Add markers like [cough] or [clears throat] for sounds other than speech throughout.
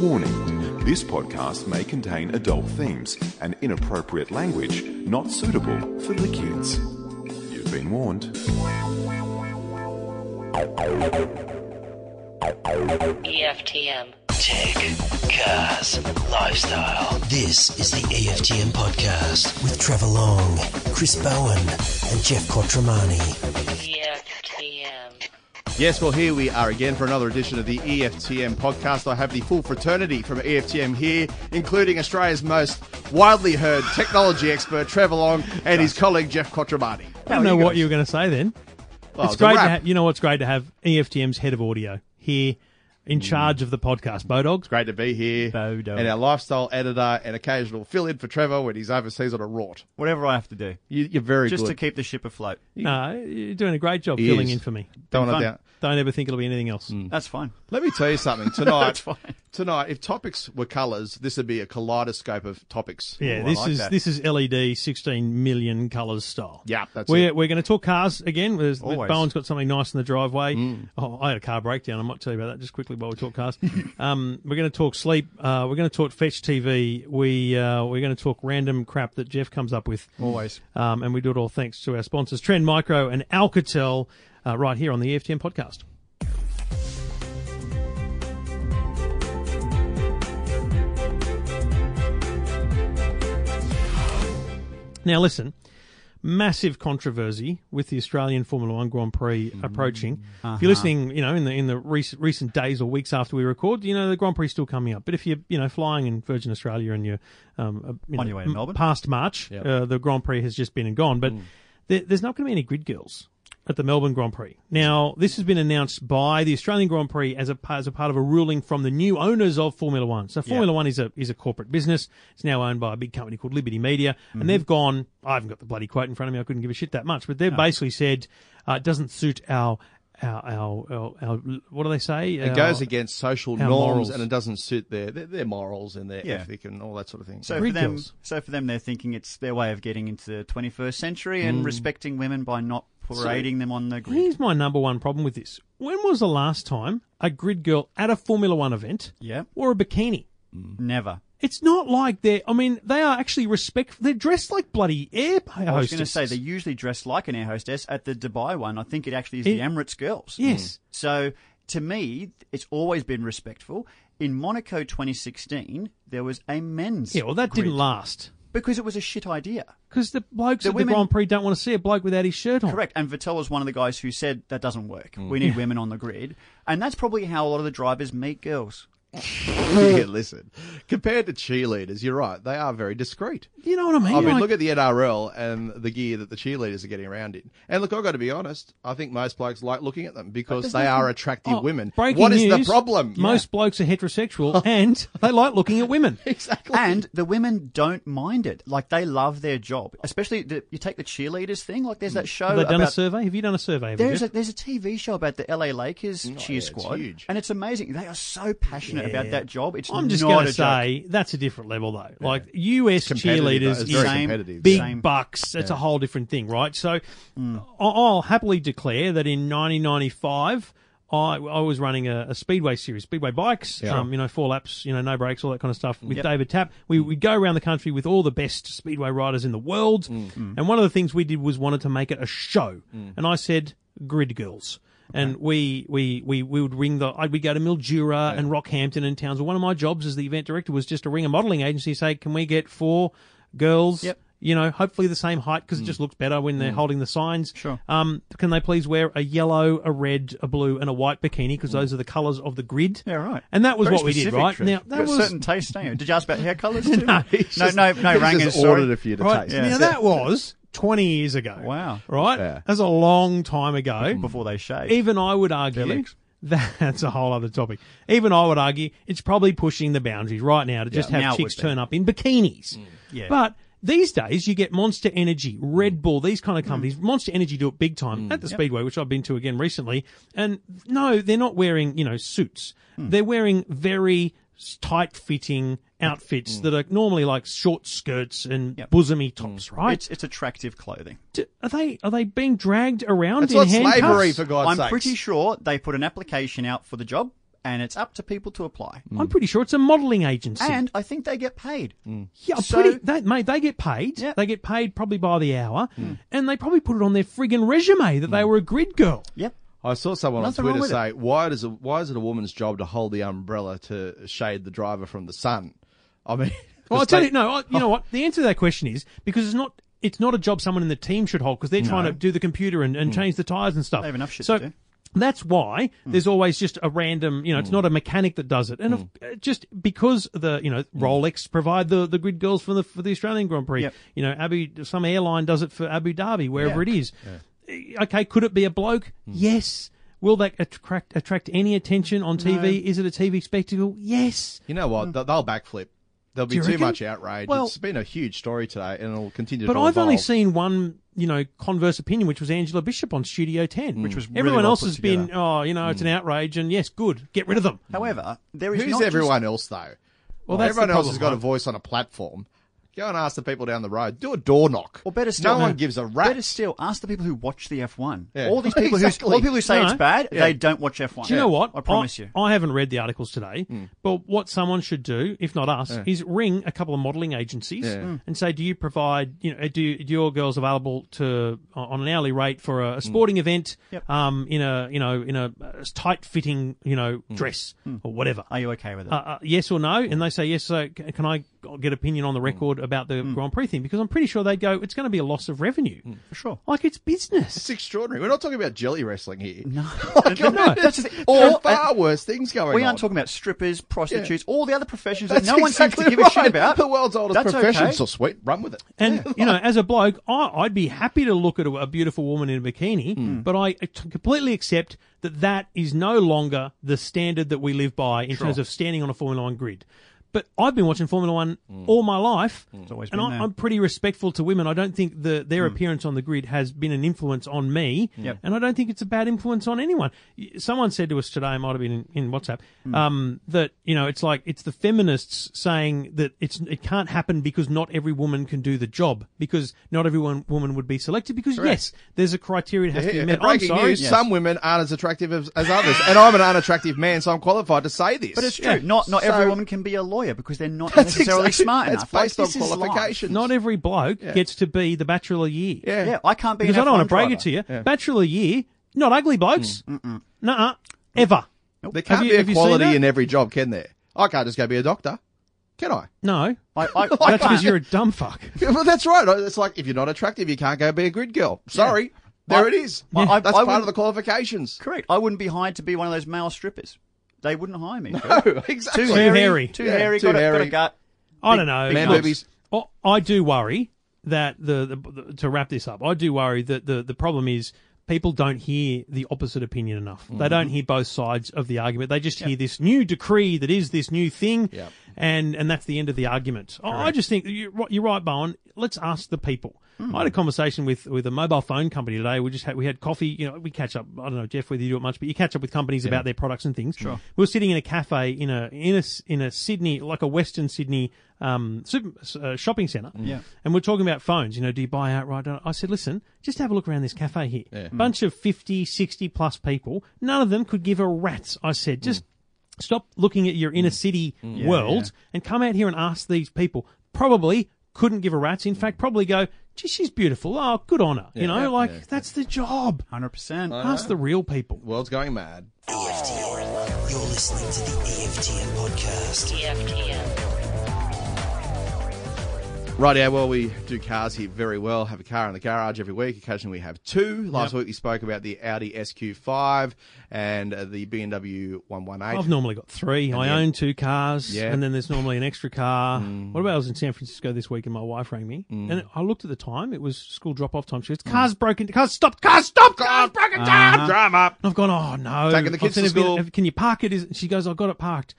Warning This podcast may contain adult themes and inappropriate language not suitable for the kids. You've been warned. E EFTM. Tech, cars, lifestyle. This is the EFTM podcast with Trevor Long, Chris Bowen, and Jeff Quattromani. E EFTM. Yes, well, here we are again for another edition of the E EFTM podcast. I have the full fraternity from E EFTM here, including Australia's most widely heard technology expert, Trevor Long, and his colleague, Jeff Quattromani. I don't know what you were going to say then. Well, it's a great. To wrap. have, you know what's great to have E EFTM's head of audio here in charge of the podcast. Bodog. Great to be here. Bodo. And our lifestyle editor and occasional fill in for Trevor when he's overseas on a rort. Whatever I have to do, You, you're very just to good. keep the ship afloat. No, you're doing a great job He filling is. in for me. Don't want fun. to down. Don't ever think it'll be anything else. That's fine. Let me tell you [laughs] something. Tonight, That's fine. tonight, if topics were colours, this would be a kaleidoscope of topics. Yeah, Ooh, I this like is that. this is LED 16 million colours style. Yeah, that's we're, it. We're going to talk cars again. There's, Always. Bowen's got something nice in the driveway. Oh, I had a car breakdown. I might tell you about that just quickly while we talk cars. [laughs] um, we're going to talk sleep. Uh, we're going to talk fetch TV. We uh, we're going to talk random crap that Jeff comes up with. Always. Um, and we do it all thanks to our sponsors, Trend Micro and Alcatel, uh, right here on the EFTM podcast. Now, listen, massive controversy with the Australian Formula One Grand Prix Mm-hmm. approaching. Uh-huh. If you're listening, you know, in the in the recent recent days or weeks after we record, you know, the Grand Prix is still coming up. But if you're, you know, flying in Virgin Australia and you're um, uh, you On know, your way to m- Melbourne. past March, uh, the Grand Prix has just been and gone. Mm. But there, there's not going to be any grid girls at the Melbourne Grand Prix. Now, this has been announced by the Australian Grand Prix as a pa- as a part of a ruling from the new owners of Formula One. So Formula One is a is a corporate business. It's now owned by a big company called Liberty Media, Mm-hmm. and they've gone. I haven't got the bloody quote in front of me. I couldn't give a shit that much, but they've basically said uh, it doesn't suit our. Our, our, our, our, what do they say? It goes against social our norms morals. and it doesn't suit their, their, their morals and their Yeah. ethic and all that sort of thing. So Greek for them, girls. so for them, they're thinking it's their way of getting into the 21st century Mm. and respecting women by not parading them on the grid. Here's my number one problem with this. When was the last time a grid girl at a Formula One event Yeah. wore a bikini? Never. It's not like they're, I mean, they are actually respectful. They're dressed like bloody air hostesses. I was going to say they usually dress like an air hostess at the Dubai one. I think it actually is the It- Emirates girls. Yes. So to me, it's always been respectful. In Monaco 2016, there was a men's. Yeah, well, that grid didn't last. because it was a shit idea. Because the blokes The at the women- Grand Prix don't want to see a bloke without his shirt on. Correct. And Vettel was one of the guys who said that doesn't work. Mm. We need women on the grid. And that's probably how a lot of the drivers meet girls. [laughs] yeah, listen. Compared to cheerleaders, you're right. They are very discreet. You know what I mean? I mean, Like, look at the NRL and the gear that the cheerleaders are getting around in. And look, I've got to be honest. I think most blokes like looking at them because they are attractive oh, women. breaking What is the news, problem? Most blokes are heterosexual and they like looking at women. exactly. And the women don't mind it. Like, they love their job. Especially, the, you take the cheerleaders thing. Like, there's that show. Have they Mm. done a about- survey? Have you done a survey? Have you, There's a Jeff? there's a TV show about the LA Lakers cheer yeah, it's squad, huge. and it's amazing. They are so passionate about that job. It's I'm just not going a to joke. say that's a different level, though. Like US Competitive, though. cheerleaders It's is very same competitive. big Same. bucks. That's a whole different thing, right? So I- I'll happily declare that in 1995, I, I was running a, a speedway series, speedway bikes, um, you know, four laps, you know, no brakes, all that kind of stuff with David Tapp. We, we'd go around the country with all the best speedway riders in the world. And one of the things we did was wanted to make it a show. And I said, grid girls. And we, we, we, we would ring the, I- we'd go to Mildura and Rockhampton and Townsville. One of my jobs as the event director was just to ring a modeling agency and say, can we get four girls? Yep. you know, hopefully the same height because it just looks better when they're holding the signs. Mm. Sure. Um, can they please wear a yellow, a red, a blue, and a white bikini because those are the colours of the grid? Mm. Yeah, right. And that was Very what we did, specific, right? Trish. Now You've that got was certain taste, don't you? Did you ask about hair colours? too? [laughs] No, no, he's no, no, no, He's Rangan. just sorry. ordered a few to right. taste. Now Yeah. that was twenty years ago. Wow. Right. Yeah. That's a long time ago. before they shave. Even I would argue that [laughs] that's a whole other topic. Even I would argue it's probably pushing the boundaries right now to just now have it chicks would be. Mm, turn up in bikinis. Yeah. Mm. But these days you get Monster Energy, Red Bull, these kind of companies. Monster Energy do it big time at the Speedway, which I've been to again recently. And no, they're not wearing, you know, suits. Mm. They're wearing very tight fitting outfits that are normally like short skirts and Mm. Yep. Mm. bosomy tops, right? It's, it's attractive clothing. Do- are they are they being dragged around That's in not handcuffs? slavery, for God's I'm sake. pretty sure they put an application out for the job and it's up to people to apply. I'm pretty sure it's a modelling agency. And I think they get paid. Mm. yeah, I'm so- pretty, they, mate, they get paid. Yeah. They get paid probably by the hour, and they probably put it on their friggin' resume that they were a grid girl. Yep. I saw someone Nothing on wrong Twitter with say, it. "Why does it, why is it a woman's job to hold the umbrella to shade the driver from the sun?" I mean, [laughs] Well, I it's tell like- you, no, I, you know what? The answer to that question is because it's not. It's not a job someone in the team should hold because they're trying to do the computer and, and change the tires and stuff. They have enough shit so to do. that's why there's always just a random. You know, it's not a mechanic that does it, and if- uh just because the you know Rolex provide the, the grid girls for the for the Australian Grand Prix. Yep. You know, Abu some airline does it for Abu Dhabi wherever it is. Eh, Okay, could it be a bloke? Yes. Will that attract attract any attention on TV? Is it a TV spectacle? Yes. You know Mm. what? They'll, they'll backflip. There'll be Do you too reckon? much outrage. Well- it's been a huge story today, and it'll continue. But to I've only evolve. seen one, you know, converse opinion, which was Angela Bishop on Studio Mm. 10. Which was really Everyone well else put has been, together. oh, you know, it's an outrage, and yes, good, get rid of them. However, there is Who's not everyone else though? Well, that's everyone the else problem, has got a right? voice on a platform. Go and ask the people down the road. Do a door knock. Or better still, no one gives a rat. Better still, ask the people who watch the F1. Yeah. All [laughs] these people, Exactly. who, all the people who say No. it's bad, Yeah. they don't watch F1. Do you know what? I promise you. I haven't read the articles today, Mm. but what someone should do, if not us, is ring a couple of modelling agencies Mm. and say, "Do you provide? You know, do, do your girls available to on an hourly rate for Mm. a, a sporting event? Yep. Um, in a you know in a tight fitting you know Mm. dress Mm. or whatever. Are you okay with it? uh, uh, yes or no, and they say yes. So c- can I get opinion on the record about the Grand Prix thing? Because I'm pretty sure they would go, it's going to be a loss of revenue. For sure. Like it's business. It's extraordinary. We're not talking about jelly wrestling here. [laughs] No. That's That's the thing. Or And- far worse things going We on. aren't talking about strippers, prostitutes, all the other professions That's that no one exactly seems to give a shit right. about. The world's oldest That's profession. okay. So sweet, run with it. And you know, as a bloke, I, I'd be happy to look at a, a beautiful woman in a bikini, but I t- completely accept that that is no longer the standard that we live by in terms of standing on a Formula One grid. But I've been watching Formula One all my life, always and been I, there. I'm pretty respectful to women. I don't think the, their Hmm. appearance on the grid has been an influence on me, and I don't think it's a bad influence on anyone. Y- Someone said to us today, it might have been in, in WhatsApp, Hmm. um, that you know it's like it's the feminists saying that it's it can't happen because not every woman can do the job because not every one, woman would be selected because yes, there's a criteria that has to be Yeah, met. I'm breaking sorry, news: some women aren't as attractive as, as others, and I'm an unattractive man, so I'm qualified to say this. But it's true. Not not So- every woman can be a lawyer because they're not That's necessarily exactly- [laughs] smart that's enough. Like, based on this is life. qualifications. not every bloke gets to be the bachelor of the year. Yeah. Yeah, I can't be. because I an don't F1 want to break driver. it to you, bachelor of the year, not ugly blokes, Mm, nuh-uh, ever. There Have can't you- be have you seen equality that? in every job, can there? I can't just go be a doctor, can I? [laughs] No, I, I, I that's because can't. you're a dumb fuck. Yeah, well, that's right. It's like if you're not attractive, you can't go be a grid girl. Sorry, there I- it is. I- I- that's I part of wouldn't- the [laughs] qualifications. correct. I wouldn't be hired to be one of those male strippers. They wouldn't hire [laughs] me. No, Phil. exactly. Too hairy. hairy. Too Yeah, hairy. too got, A, got hairy. a gut. [laughs] I don't know. man Look, boobies. I- I do worry that the, the, the to wrap this up. I do worry that the the problem is people don't hear the opposite opinion enough. They don't hear both sides of the argument. They just hear this new decree that is this new thing, and and that's the end of the argument. I, I just think that you're, right- you're right, Bowen. Let's ask the people. I had a conversation with with a mobile phone company today. We just had we had coffee. You know, we catch up. I don't know, Jeff, whether you do it much, but you catch up with companies about their products and things. Sure. We were sitting in a cafe in a in a s- in a Sydney, like a Western Sydney um, super, uh, shopping centre. Yeah. And we're talking about phones. You know, do you buy outright? Don't- I said, listen, just have a look around this cafe here. Bunch of 50, 60 plus people. None of them could give a rat's. I said, just stop looking at your inner city world and come out here and ask these people. Probably couldn't give a rat's. In fact, probably go, gee, she's beautiful. Oh, good on her. you know, like that's the job. Hundred percent. Ask the real people. World's going mad. EFTM. You're listening to the EFTM podcast. E EFTM. Right, yeah, well, we do cars here very well. Have a car in the garage every week. Occasionally, we have two. Last week, we spoke about the Audi SQ5 and uh, the BMW 118. Oh, I've normally got three. I own two cars, Yeah. and then there's normally an extra car. What about I was in San Francisco this week, and my wife rang me, and I looked at the time. It was school drop-off time. She goes, "Cars broken, cars stopped, cars stopped, cars Ah. broken down." Uh-huh. Drama! And I've gone, "Oh no!" Taking the kids I've to said, "Have you- school." have- Can you park it? Is she goes, "I got it parked."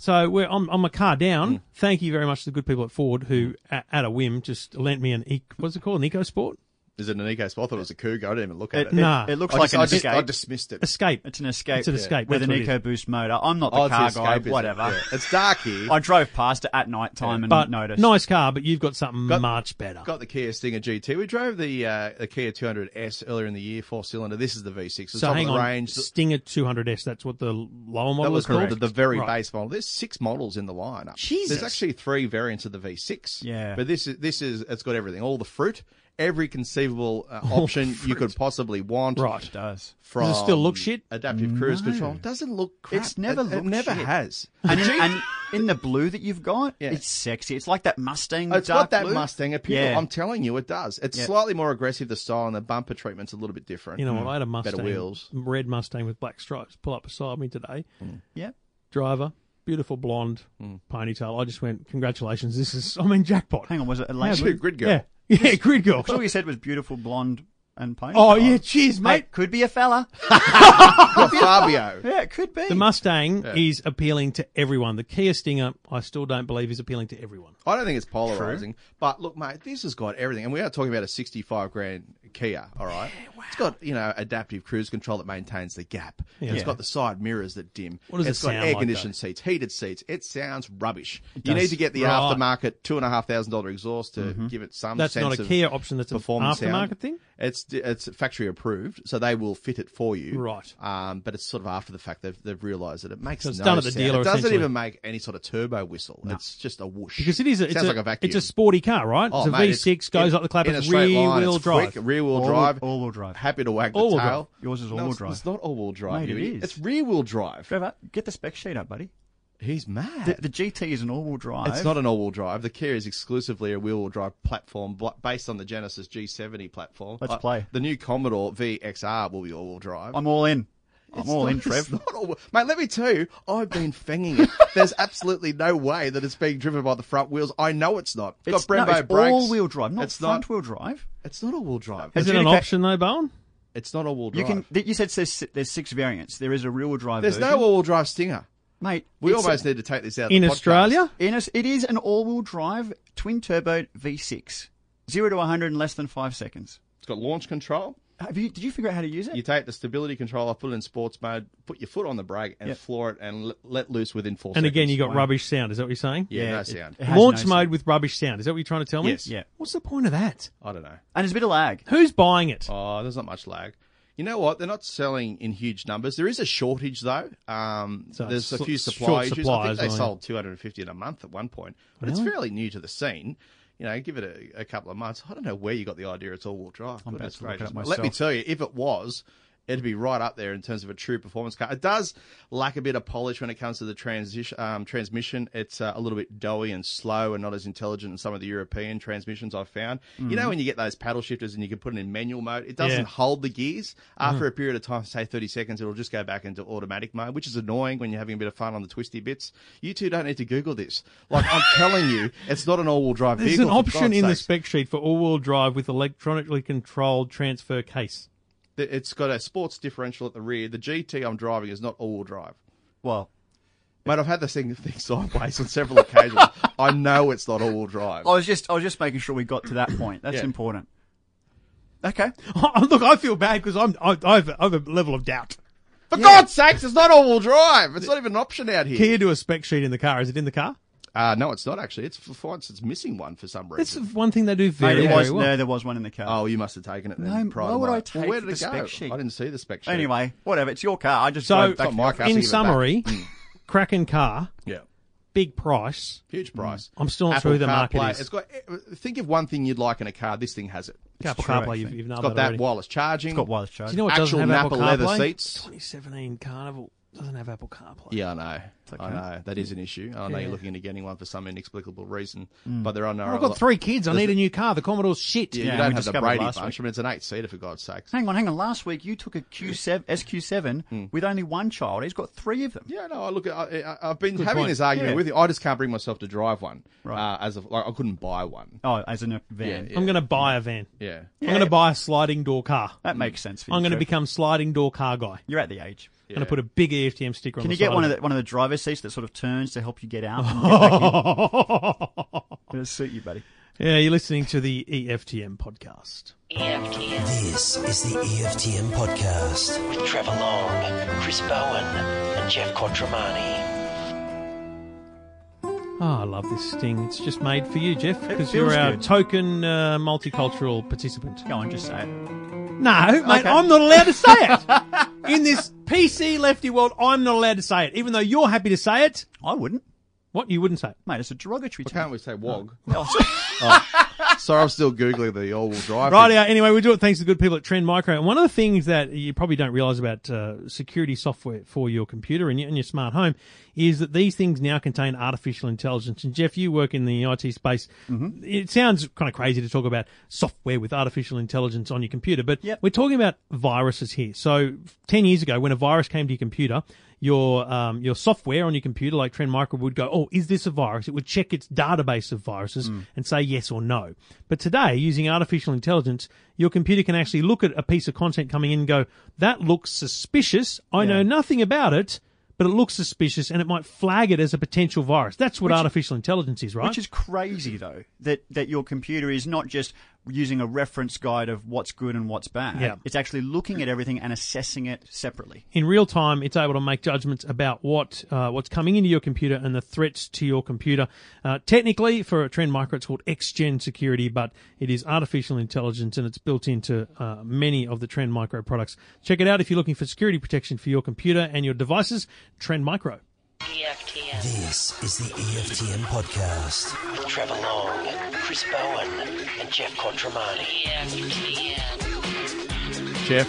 So we're, I'm, I'm a car Mm. down. Thank you very much to the good people at Ford who, at, at a whim, just lent me an e- what's it called, an EcoSport. Is it an eco sport? I thought it was a cougar. I didn't even look at it. It, Nah. it, it looks I, like just, an I, escape. just, I dismissed it. Escape. It's an escape. It's an escape. with That's an what it is. EcoBoost motor. I'm not the Oh, it's car the guy. escape, isn't it? Whatever. Yeah. It's dark here. I drove past it at night time and But noticed. nice car, but you've got something Got- much better. Got the Kia Stinger GT. We drove the uh, the Kia 200S earlier in the year, four cylinder. This is the V6. It's so top hang of on, the range. Stinger 200S. That's what the lower model That was is called. called the very Right. base model. There's six models in the lineup. Jesus. There's actually three variants of the V6. Yeah. But this is this is it's got everything, all the fruit, every conceivable uh, option you could possibly want. Right. does. From Does it still look shit? Adaptive cruise control It doesn't look crap. It's never it, it looked never shit. has. And in, and in the blue that you've got, Yeah. Oh, it's sexy. It's like that Mustang. [laughs] It's dark got that blue. Mustang appeal. Yeah. I'm telling you, it does. It's Yeah. slightly more aggressive the style, and the bumper treatment's a little bit different. Mm. You know what? I had a Mustang, wheels. Mm. red Mustang with black stripes, pull up beside me today. Yeah. Driver, beautiful blonde Hmm. ponytail. I just went, congratulations. This is, I mean, jackpot. Hang on, was it a How lady? Two grid girl. Yeah, yeah, grid girl. That's all you said was beautiful blonde and pony. Oh yeah, cheers, Hey, mate. could be a fella. Oh, [laughs] Fabio. yeah, it could be. The Mustang is appealing to everyone. The Kia Stinger, I still don't believe, is appealing to everyone. I don't think it's polarizing, but look, mate, this has got everything, and we are talking about a sixty-five grand Kia. All right, it's got you know adaptive cruise control that maintains the gap. It's Yeah. got the side mirrors that dim. What does It's it got sound like, air-conditioned seats, heated seats. It sounds rubbish. you does. need to get the Right. Mm-hmm. aftermarket two and a half thousand dollar exhaust to give it some. That's not sense a of Kia option. That's an performance aftermarket sound. thing. It's it's factory approved, so they will fit it for you. Right. Um, but it's sort of after the fact they've they've realised that it makes So it's no done at the sound. dealer, It doesn't essentially. even make any sort of turbo whistle. It's just a whoosh. Because it is a, it's sounds a, like a vacuum. It's a sporty car, right? Oh, it's a mate, V6, goes in- up the clap. in It's a straight rear line, wheel it's drive. quick, rear wheel All-wheel- drive, all-wheel drive. Happy to wag the All-wheel tail. drive. Yours is No, all-wheel it's- drive. It's not all wheel drive. Mate, it Huey. is. It's rear wheel drive. Trevor, get the spec sheet up, buddy. He's mad. The, the GT is an all-wheel drive. it's not an all-wheel drive. The Kia is exclusively a wheel-wheel drive platform bl- based on the Genesis G70 platform. Uh, Let's play. The new Commodore VXR will be all-wheel drive. I'm all in. I'm It's all not- in, It's Trev. not all, mate, let me tell you, I've been fanging it. [laughs] There's absolutely no way that it's being driven by the front wheels. I know it's not. It's got Brembo no, it's brakes. all-wheel drive, not it's not. front-wheel drive. It's not all-wheel drive. Is it an Adjudica- option though, Bowen? It's not all-wheel You drive. can. th- You said there's, there's six variants. There is a real drive. There's version. no all-wheel drive Stinger. mate. We it's a- almost need to take this out of In the podcast. Australia, In a, it is an all-wheel drive twin-turbo V6, zero to 100 in less than five seconds. It's got launch control. Have you? Did you figure out how to use it? You take the stability control, I put it in sports mode, put your foot on the brake and Yep. floor it and l- let loose within four and seconds. again you got rubbish sound. Is that what you're saying? Yeah, no it- sound. it has Launch no mode sound. with rubbish sound. Is that what you're trying to tell me? Yes. Yeah. What's the point of that? I don't know. and there's a bit of lag. Who's buying it? Oh, there's not much lag. You know what? They're not selling in huge numbers. There is a shortage though. Um, So there's it's a few short supply issues. I supplies, think they right? sold 250 in a month at one point, but it's fairly new to the scene. You know, give it a, a couple of months. I don't know where you got the idea it's all-wheel drive. I'm about Goodness to look it gracious, up mate. Let me myself. tell you, if it was, it'd be right up there in terms of a true performance car. It does lack a bit of polish when it comes to the transition um, transmission. It's uh, a little bit doughy and slow, and not as intelligent as some of the European transmissions I've found. You know, when you get those paddle shifters and you can put it in manual mode, it doesn't Mm-hmm. Yeah. Mm. hold the gears after a period of time, say 30 seconds, it'll just go back into automatic mode, which is annoying when you're having a bit of fun on the twisty bits. You two don't need to Google this. Like, [laughs] I'm telling you, it's not an all wheel drive There's vehicle. an for option God's in the sakes. spec sheet for all-wheel drive with electronically controlled transfer case. [laughs] Th- It's got a sports differential at the rear. The GT I'm driving is not all wheel drive. Well, Mate, I've had this thing, thing [laughs] sideways on several occasions. I know it's not all wheel drive. I was just I was just making sure we got to that point. That's Yeah. important. Okay. Oh, Look, I feel bad because I'm I, I've, I've a level of doubt. For God's sakes, it's not all wheel drive. It's not even an option out here. Kia do a spec sheet in the car. Is it in the car? Uh, no, it's not actually. It's for once it's missing one for some That's reason. one thing they do Mate, very, there was, very well. No, there was one in the car. Oh, you must have taken it then. No, prior why to would mine. I take well, where did the it go? spec sheet? I didn't see the spec sheet. Anyway, whatever. It's your car. I just So, drove back to my car. Give in it back. Hmm. summary, cracking car, yeah. big price. Mm. Huge price. I'm still not Apple sure who the market CarPlay. is. It's got. eh, Think of one thing you'd like in a car. This thing has it. It's Apple true, I CarPlay, think. you've, you've nailed got that that already. wireless charging. It's got wireless charge. Do you know what actual doesn't have Apple Napa leather CarPlay? seats. 2017 Carnival doesn't have Apple CarPlay. Yeah, I know. I okay. know that is an issue. I know you're looking into getting one for some inexplicable reason, Mm. but there are no. I've got three kids. I need a new car. The Commodore's shit. Yeah, Yeah, you we don't have the discovered Brady last bunch. week. I mean, it's an eight seater for God's sakes. Hang on, hang on. Last week you took a Q7 SQ7 with only one child. He's got three of them. Yeah, no. I look, I, I, I've been having point. this argument Yeah. with you. I just can't bring myself to drive one. Right. Uh, as of, like, I couldn't buy one. Oh, as in a van. Yeah, yeah. I'm going to buy a van. yeah. I'm going Yeah. to buy a sliding door car. That makes sense for you. I'm going to Trev. become sliding door car guy. You're at the age. I'm going to put a big E EFTM sticker on Can the you get side one of of the one of [laughs] the driver's seats that sort of turns to help you get out? and get back in? it. It'll suit you, buddy. [laughs] Yeah, you're listening to the E EFTM podcast. E EFTM. This is the EFTM podcast with Trevor Long, Chris Bowen, and Jeff Quattromani. Oh, I love this sting. It's just made for you, Jeff, because feels you're our good. token uh, multicultural participant. Go on, just say it. No, mate, Okay. I'm not allowed to say [laughs] it. In this PC lefty world, I'm not allowed to say it, even though you're happy to say it. I wouldn't, What? You wouldn't say it. mate. It's a derogatory Why term. can't we say [laughs] wog? Oh, Sorry, I'm still googling the all-wheel drive. Right, thing. yeah, anyway, we do it thanks to the good people at Trend Micro. And one of the things that you probably don't realize about uh, security software for your computer and your, and your smart home is that these things now contain artificial intelligence. And Jeff, you work in the IT space. It sounds kind of crazy to talk about software with artificial intelligence on your computer, but Yep. we're talking about viruses here. So 10 years ago, when a virus came to your computer, your um, your software on your computer, like Trend Micro, would go, oh, is this a virus? It would check its database of viruses and say yes or no. But today, using artificial intelligence, your computer can actually look at a piece of content coming in and go, that looks suspicious. I know nothing about it, but it looks suspicious, and it might flag it as a potential virus. That's what artificial intelligence is, right? Which is crazy though that that your computer is not just using a reference guide of what's good and what's bad. Yeah. It's actually looking at everything and assessing it separately. in real time, it's able to make judgments about what uh, what's coming into your computer and the threats to your computer. Uh, technically, for Trend Micro, it's called Gen Security, but it is artificial intelligence and it's built into uh, many of the Trend Micro products. Check it out if you're looking for security protection for your computer and your devices. Trend Micro. E EFTM. This is the EFTM podcast with Trevor Long, Chris Bowen, and Jeff E Quattromani. EFTM. Jeff.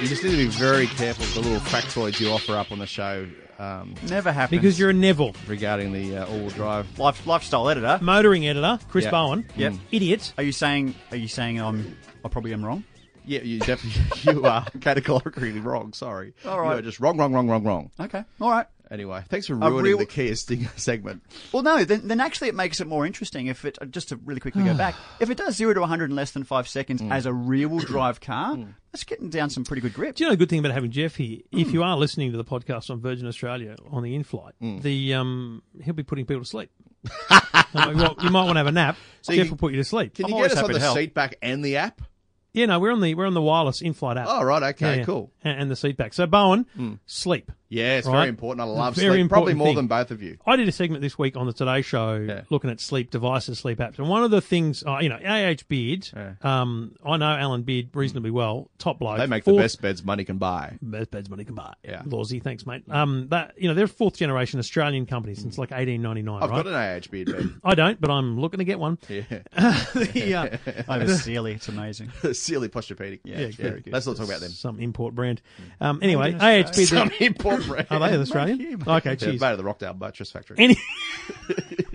You just need to be very careful with the little factoids you offer up on the show um, Never happens Because you're a Neville. regarding the uh, all-wheel drive. life, lifestyle editor. Motoring editor, Chris Yeah. Bowen. Yep. Idiot. Are you saying? Are you saying I'm? I probably am wrong. Yeah, you definitely [laughs] you are categorically wrong. Sorry, All right. you are just wrong, wrong, wrong, wrong, wrong. Okay. All right. Anyway, thanks for ruining real- the Kia Stinger [laughs] segment. Well, no. Then, then actually, it makes it more interesting. If it just to really [sighs] quickly go back, if it does zero to 100 in less than five seconds Mm. as [clears throat] a rear-wheel drive car, that's getting down some pretty good grip. Do you know the good thing about having Jeff here? If Hmm. you are listening to the podcast on Virgin Australia on the in-flight, Hmm. the um, he'll be putting people [laughs] to sleep. Uh, well, you might want to have a nap. So Jeff you- will put you to sleep. Can I'm you always get us on happy to the help. seat back and the app? Yeah, no, we're on the we're on the wireless in-flight app. Oh, right. Okay, Yeah, yeah. cool. Hmm. And, and the seat back. So Bowen, sleep. Yeah, it's Right. very important. I love Very sleep. Probably important more thing. than both of you. I did a segment this week on the Today Show Yeah. looking at sleep devices, sleep apps, and one of the things, uh, you know, AH Beard, um, I know Alan Beard reasonably well, top bloke. They make the Fourth- best beds money can buy. best beds money can buy. Yeah. Lawsy, thanks, mate. Um, that you know they're a fourth generation Australian company since like 1899, I've right? got an AH beard bed. [laughs] I don't, but I'm looking to get one. [laughs] The, uh, [laughs] Over Sealy, Oh, it's amazing. Sealy Posturepedic. [laughs] Yeah, very good. Let's not talk about [laughs] them. some import brand. Um, anyway, AHB. Some they're- import brand. Are they Australian? [laughs] Okay, They're cheers. made of the Rockdale Buttress Factory. Any,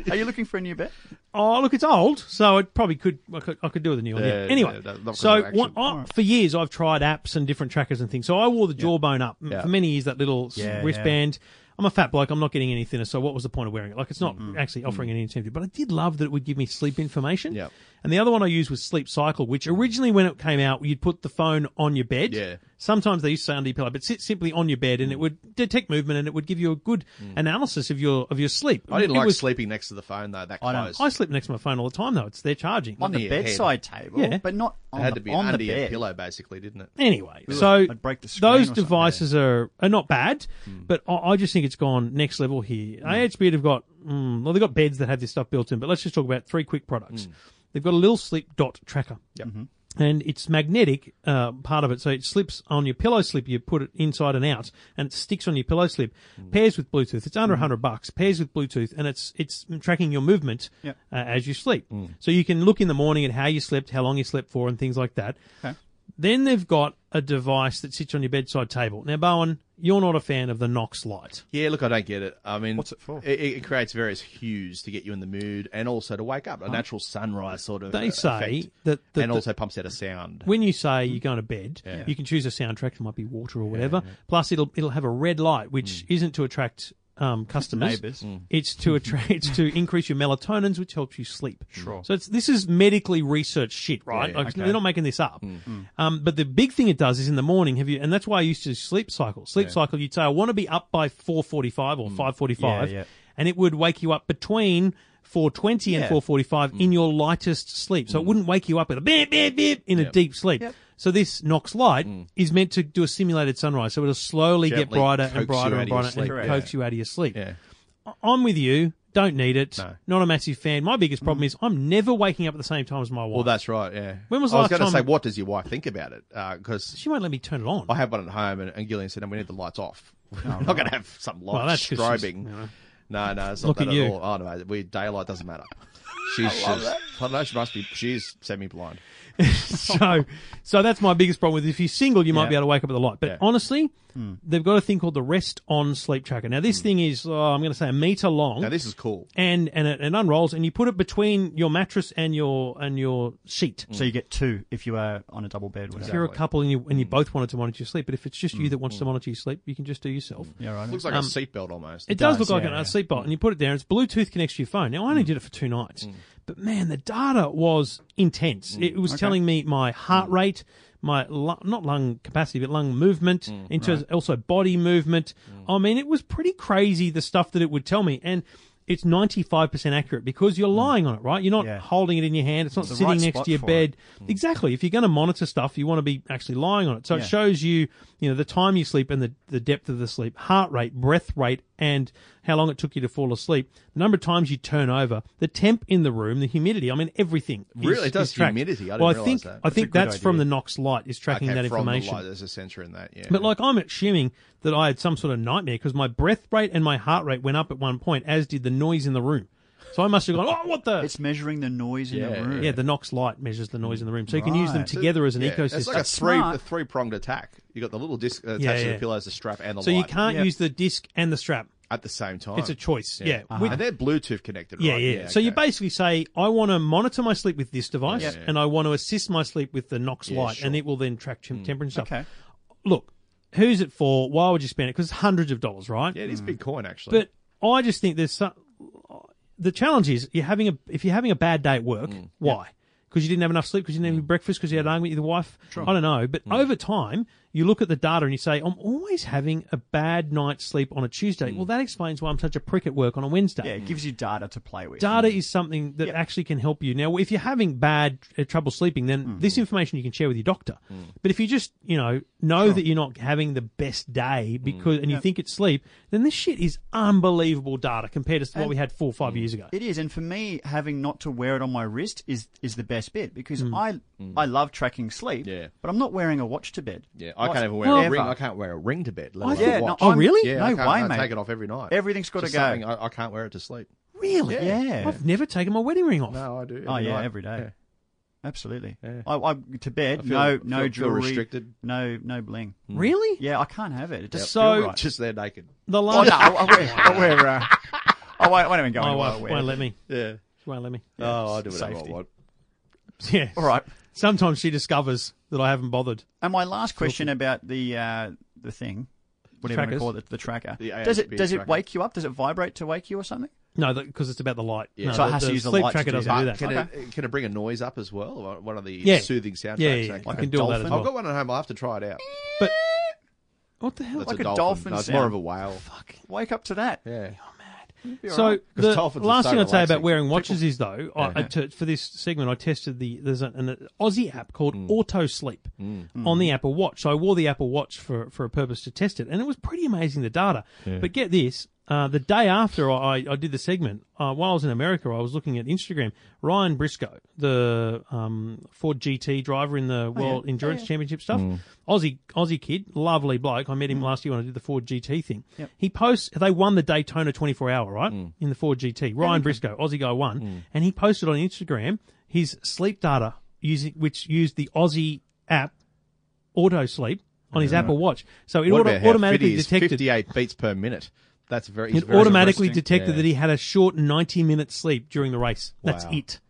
Are you looking for a new bed? oh, look, it's old, so it probably could. I could, I could do with a new one. Yeah, Yeah. Anyway, yeah, not so gonna what, action. I, for years I've tried apps and different trackers and things. So I wore the jawbone up Yeah. for many years. That little s- Yeah, wristband. I'm a fat bloke. I'm not getting any thinner. So what was the point of wearing it? Like it's not actually offering any incentive. But I did love that it would give me sleep information. Yeah. And the other one I used was Sleep Cycle, which originally when it came out, you'd put the phone on your bed. Yeah. Mm. Sometimes they used to say under your pillow, but sit simply on your bed, and it would detect movement, and it would give you a good analysis of your of your sleep. I didn't It like was- sleeping next to the phone though. That I don't- close. I sleep next to my phone all the time, though. It's there charging. On the your head. bedside table, Yeah. but not on it had the, to be on under the your bed. pillow, basically, didn't it? Anyway, so I'd break the screen or those something, Hmm. devices are, are not bad, but I, I just think it's gone next level here. AHB have got, mm, well, they've got beds that have this stuff built in, but let's just talk about three quick products. Hmm. They've got a little sleep dot tracker. Yep. And it's magnetic, uh, part of it. So it slips on your pillow slip. You put it inside and out and it sticks on your pillow slip. Hmm. Pairs with Bluetooth. It's under a hundred bucks. Pairs with Bluetooth and it's, it's tracking your movement Yeah. uh, as you sleep. Hmm. So you can look in the morning at how you slept, how long you slept for and things like that. Then they've got a device that sits on your bedside table. Now, Bowen, you're not a fan of the Knox light. Yeah, look, I don't get it. I mean, What's it for? It, it creates various hues to get you in the mood and also to wake up. A natural sunrise sort of. They uh, say effect. that the, and the- also pumps out a sound. when you say you're going to bed, you can choose a soundtrack. It might be water or whatever. Plus, it'll it'll have a red light, which Hmm. isn't to attract um, customers. Neighbours. Mm, Mm. It's to attract. [laughs] it's to increase your melatonin, which helps you sleep. Mm. Sure. So it's this is medically researched shit, right? like, They're not making this up. Mm. Mm. Um, but the big thing it does is in the morning. Have you? And that's why I used to sleep cycle. Sleep cycle. Mm. You'd say I want to be up by four forty five or five forty five, Yeah, yeah. and it would wake you up between. 420 and Yeah. 445 Mm. in your lightest sleep. So it wouldn't wake you up with a beep, beep, beep in a deep sleep. So this Knox light is meant to do a simulated sunrise. So it'll slowly get Mm. Gently brighter and coax brighter you and out of your brighter and sleep. coax you out of your sleep. Yeah. I- I'm with you. Don't need it. Not a massive fan. My biggest problem is I'm never waking up at the same time as my wife. Well, that's right. Yeah. When was the I was going last to time- say, what does your wife think about it? Because she won't let me turn it on. I have one at home, and, and Gillian said, "No, we need the lights off. Oh, We're not going to have some light Well, that's 'cause she's, strobing." you know. No, no, it's not Look that at at, you. all. Oh no, we daylight doesn't [laughs] matter. She's just, I don't know. She must be. She's semi-blind. [laughs] so, so that's my biggest problem with it. if you're single, you might be able to wake up at the light. But Yeah. Hmm. honestly, they've got a thing called the rest on sleep tracker. Now, this thing is, oh, I'm going to say a meter long. Now this is cool. and and it, it unrolls and you put it between your mattress and your and your sheet. mm. So you get two if you are on a double bed. If Whatever. you're a couple and you and you Hmm. both wanted to monitor your sleep, but if it's just you that wants to monitor your sleep, you can just do Hmm. yourself. Yeah, right. Looks like a seatbelt almost. Um, It, does, does, look like yeah, an- yeah. Mm. a seatbelt, and you put it there. It's Bluetooth connects to your phone. Now I only did it for two nights, but man, the data was intense. Mm. It was telling me my heart rate, my lu- not lung capacity, but lung movement, Mm. in terms also body movement. I mean, it was pretty crazy the stuff that it would tell me, and it's ninety five percent accurate because you're lying on it, right? You're not Mm. Yeah. holding it in your hand. It's not The sitting right next spot to your for bed. Mm. Exactly. If you're going to monitor stuff, you want to be actually lying on it. So it shows you, you know, the time you sleep and the, the depth of the sleep, heart rate, breath rate, and how long it took you to fall asleep, the number of times you turn over, the temp in the room, the humidity. I mean, everything. is- Really? It does is tracked. humidity. I didn't well, I realise think that. I That's think good that's from idea. the Knox light is tracking okay, that from information. The light, there's a sensor in that. Yeah. But like I'm assuming that I had some sort of nightmare because my breath rate and my heart rate went up at one point, as did the noise in the room. So I must have gone, oh, what the? It's measuring the noise in Yeah, the room. Yeah, the Knox light measures the noise in the room, so you can use them Right. together as an Hmm. Yeah, ecosystem. It's like a That's three smart. a three pronged attack. You got the little disc attached Yeah, to yeah. the pillows, the strap, and the so light you can't Yeah. use the disc and the strap. at the same time. Uh-huh. It's a choice. Yeah, With- and they're Bluetooth connected. yeah, right? yeah. So you okay. basically say, I want to monitor my sleep with this device, Yeah. and I want to assist my sleep with the Knox light, sure. Hmm. and it will then track tem- temperature and stuff. Okay. Look, who's it for? Why would you spend it? Because it's hundreds of dollars, right? Yeah, it is big coin actually. Hmm. But I just think there's some, the challenge is you're having a if you're having a bad day at work, why? Because you didn't have enough sleep, because you didn't have any breakfast, because you had an argument with your wife. I don't know, but over time you look at the data and you say, "I'm always having a bad night's sleep on a Tuesday." Well, that explains why I'm such a prick at work on a Wednesday. Yeah, it gives you data to play with. Data is something that actually can help you. Now, if you're having bad uh, trouble sleeping, then Mm-hmm. this information you can share with your doctor. Mm. But if you just, you know, know that you're not having the best Mm. day because, and you think it's sleep, then this shit is unbelievable data compared to what we had four or five years ago. Mm. It is, and for me, having not to wear it on my wrist is is the best bit because Mm. I I love tracking sleep. Mm. Yeah. but I'm not wearing a watch to bed. yeah, I can't even wear a ring. I can't wear a ring to bed. Let I alone thought- a Yeah, watch. no, oh, I'm- really? Yeah, no I can't, way, I mate. Take it off every night. Everything's got to Just go. something- I, I can't wear it to sleep. Really? yeah. I've never taken my wedding ring off. No, I do. Oh every yeah, night. every day. Absolutely. Yeah. I, I to bed. I feel- no, feel- no feel jewelry. restricted. Mm. No, no bling. Really? Yeah, I can't have it. It doesn't So- feel right. Just there naked. The Oh last. no, I wear. [laughs] I wear uh, I won't, won't even go My anywhere. I wife wear won't let me. Yeah. She won't let me. Oh, I do whatever safety. I want. [laughs] Yeah. Uh, All right. Sometimes she discovers that I haven't bothered. And my last question about the uh, the thing, whatever you Trackers? want to call it, the tracker. The does it AHB does it tracker. wake you up? Does it vibrate to wake you or something? No, because it's about the light. Yeah. No, So it the, has to the use the sleep light to tracker do doesn't that. do But that. can, Okay. it, can it bring a noise up as well? Or One of the Yeah. soothing soundtracks. Yeah, yeah, yeah. Like You can a do all that dolphin? as well. I've got one at home. I have to try it out. But what the hell? That's Like a a dolphin. dolphin no, it's sound. more of a whale. Wake up to that. Yeah. So the 'Cause Telfords are last so thing I'd say about relaxing. wearing watches is though, I I, to, for this segment, I tested the there's an, an Aussie app called Auto Sleep on the Apple Watch. So I wore the Apple Watch for for a purpose to test it, and it was pretty amazing the data. But get this. Uh, the day after I, I did the segment, uh, while I was in America, I was looking at Instagram. Ryan Briscoe, the um, Ford GT driver in the World Endurance Championship stuff, Mm. Aussie Aussie kid, lovely bloke. I met him last year when I did the Ford GT thing. He posts they won the Daytona 24 hour right Mm. in the Ford GT. Ryan Briscoe, Aussie guy, won, and he posted on Instagram his sleep data using which used the Aussie app Auto Sleep on his Apple Watch. So it What auto, about how automatically fit he is? detected 58 beats per minute. That's very. he's it very automatically resting. detected Yeah. that he had a short 90 minute sleep during the race. That's Wow. it.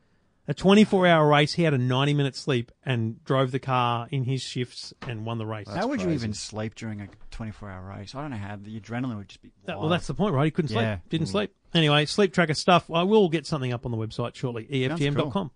A 24 hour race, he had a 90 minute sleep and drove the car in his shifts and won the race. how would you even sleep during a 24 hour race? I don't know how. The adrenaline would just be. That- well, wild. that's the point, right? He couldn't Yeah. sleep. Mm. Didn't sleep. Anyway, sleep tracker stuff. I will get something up on the website shortly, E EFTM.com.